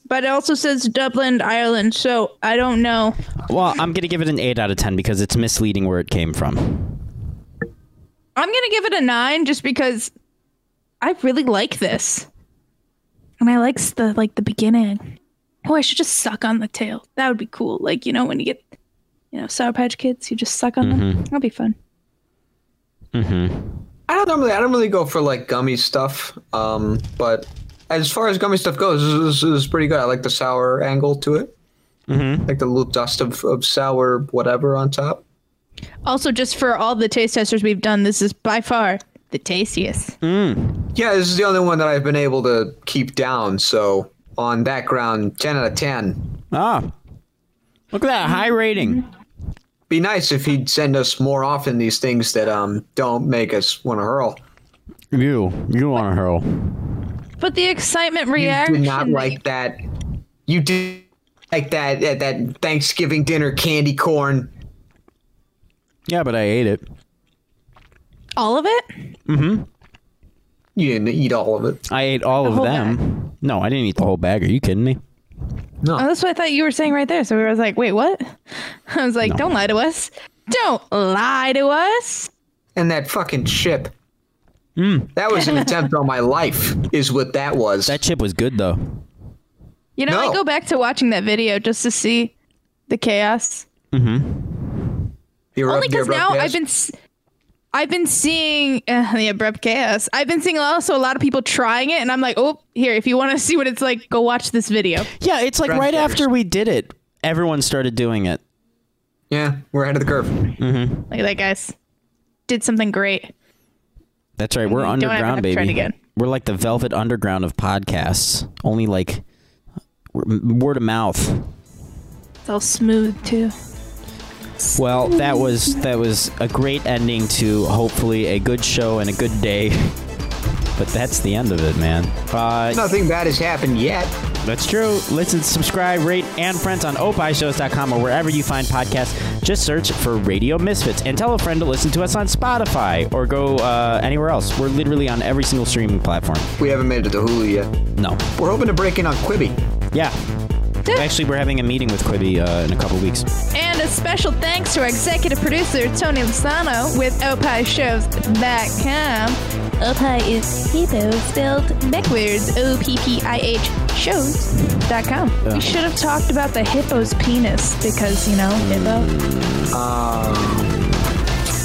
[SPEAKER 6] But it also says Dublin, Ireland, so I don't know.
[SPEAKER 3] Well, I'm going to give it an 8 out of 10 because it's misleading where it came from.
[SPEAKER 6] I'm going to give it a nine just because I really like this. And I like s- the like the beginning. Oh, I should just suck on the tail. That would be cool. Like, you know, when you get you know, Sour Patch Kids, you just suck on them.
[SPEAKER 1] Mhm.
[SPEAKER 6] That'll be fun.
[SPEAKER 3] Mm-hmm.
[SPEAKER 1] I don't normally, I don't really go for like gummy stuff. Um, but as far as gummy stuff goes, this is, this is pretty good. I like the sour angle to it,
[SPEAKER 3] mm-hmm.
[SPEAKER 1] like the little dust of, of sour whatever on top.
[SPEAKER 6] Also, just for all the taste testers we've done, this is by far the tastiest.
[SPEAKER 1] Yeah, this is the only one that I've been able to keep down. So on that ground, ten out of ten.
[SPEAKER 3] Ah, look at that
[SPEAKER 6] Mm-hmm.
[SPEAKER 3] high rating.
[SPEAKER 1] Be nice if he'd send us more often these things that um don't make us want to hurl.
[SPEAKER 3] You, you want to hurl.
[SPEAKER 6] But the excitement
[SPEAKER 1] You
[SPEAKER 6] reaction.
[SPEAKER 1] do not like that. You do like that that, that Thanksgiving dinner candy corn.
[SPEAKER 3] Yeah, but I ate it.
[SPEAKER 6] all of it?
[SPEAKER 3] Mm-hmm.
[SPEAKER 1] You didn't eat all of it.
[SPEAKER 3] I ate all
[SPEAKER 6] The
[SPEAKER 3] of
[SPEAKER 6] whole
[SPEAKER 3] them. No, I didn't eat the whole bag. Are you kidding me?
[SPEAKER 1] No.
[SPEAKER 6] Oh, that's what I thought you were saying right there. So we were like, wait, what? I was like, don't lie to us. Don't lie to us.
[SPEAKER 1] And that fucking chip. That was an attempt on my life, is what that was. That
[SPEAKER 3] chip was good though.
[SPEAKER 6] You know,
[SPEAKER 1] No.
[SPEAKER 6] I go back to watching that video just to see the chaos.
[SPEAKER 3] Mm-hmm.
[SPEAKER 1] You're
[SPEAKER 6] Only because now I've been, s- I've been seeing uh, the abrupt chaos. I've been seeing also a lot of people trying it, and I'm like, oh, here, if you want to see what it's like, go watch this video.
[SPEAKER 3] Yeah, it's like right after we did it, everyone started doing it.
[SPEAKER 1] Yeah, we're ahead of the curve.
[SPEAKER 3] Mm-hmm.
[SPEAKER 6] Look at that, guys. Did something great.
[SPEAKER 3] That's right. We're
[SPEAKER 6] Mm-hmm. Don't ever have
[SPEAKER 3] underground,
[SPEAKER 6] to try it
[SPEAKER 3] baby.
[SPEAKER 6] again.
[SPEAKER 3] We're like the velvet underground of podcasts. Only like w- word of mouth.
[SPEAKER 6] It's all smooth too.
[SPEAKER 3] Well, that was that was a great ending to hopefully a good show and a good day. But that's the end of it, man. Uh,
[SPEAKER 1] Nothing bad has happened yet.
[SPEAKER 3] That's true. Listen, subscribe, rate, and friends on opishows.com or wherever you find podcasts. Just search for Radio Misfits and tell a friend to listen to us on Spotify or go uh, anywhere else. We're literally on every single streaming platform.
[SPEAKER 1] We haven't made it to Hulu yet.
[SPEAKER 3] No.
[SPEAKER 1] We're hoping to break in on Quibi.
[SPEAKER 3] Yeah. Actually, we're having a meeting with Quibi uh, in a couple weeks.
[SPEAKER 6] And a special thanks to our executive producer, Tony Lozano, with opishows.com. Opie is Hebo, spelled back words, O-P-P-I-H, shows.com. We should have talked about the hippo's penis because, you know, hippo.
[SPEAKER 1] Um,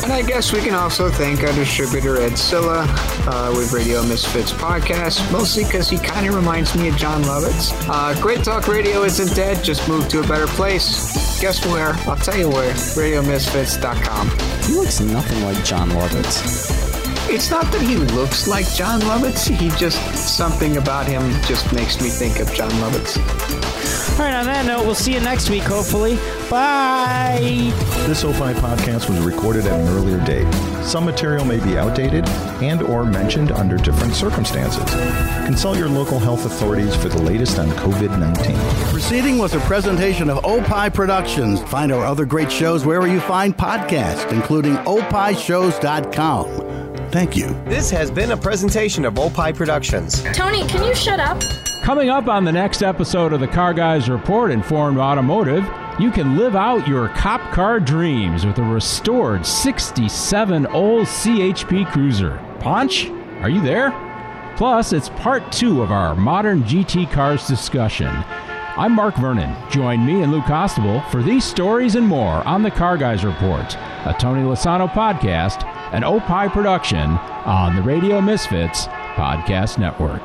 [SPEAKER 1] and I guess we can also thank our distributor, Ed Silla, uh, with Radio Misfits Podcast, mostly because he kind of reminds me of John Lovitz. Uh, Great Talk Radio isn't dead, just moved to a better place. Guess where? I'll tell you where. RadioMisfits.com.
[SPEAKER 3] He looks nothing like John Lovitz.
[SPEAKER 1] It's not that he looks like John Lovitz, he just, something about him just makes me think of John Lovitz.
[SPEAKER 3] All right, on that note, we'll see you next week, hopefully. Bye.
[SPEAKER 5] This OPI podcast was recorded at an earlier date. Some material may be outdated and or mentioned under different circumstances. Consult your local health authorities for the latest on COVID-19.
[SPEAKER 9] The proceeding was a presentation of Opie Productions. Find our other great shows wherever you find podcasts, including opishows.com. Thank you.
[SPEAKER 11] This has been a presentation of Opie Productions.
[SPEAKER 6] Tony, can you shut up?
[SPEAKER 13] Coming up on the next episode of the Car Guys Report Informed Automotive, you can live out your cop car dreams with a restored 67 old CHP Cruiser. Paunch, are you there? Plus, it's part two of our modern GT cars discussion. I'm Mark Vernon. Join me and Lou Costable for these stories and more on the Car Guys Report, a Tony Lasano podcast, an Opie production on the Radio Misfits Podcast Network.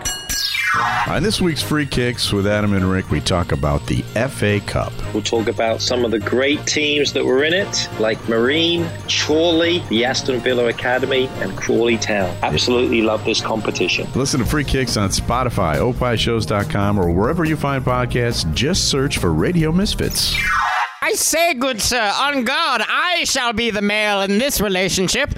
[SPEAKER 4] On this week's Free Kicks with Adam and Rick, we talk about the FA Cup.
[SPEAKER 14] We'll talk about some of the great teams that were in it, like Marine, Chorley, the Aston Villa Academy, and Crawley Town. Absolutely love this competition.
[SPEAKER 4] Listen to Free Kicks on Spotify, opishows.com, or wherever you find podcasts. Just search for Radio Misfits.
[SPEAKER 12] I say, good sir, on God, I shall be the male in this relationship.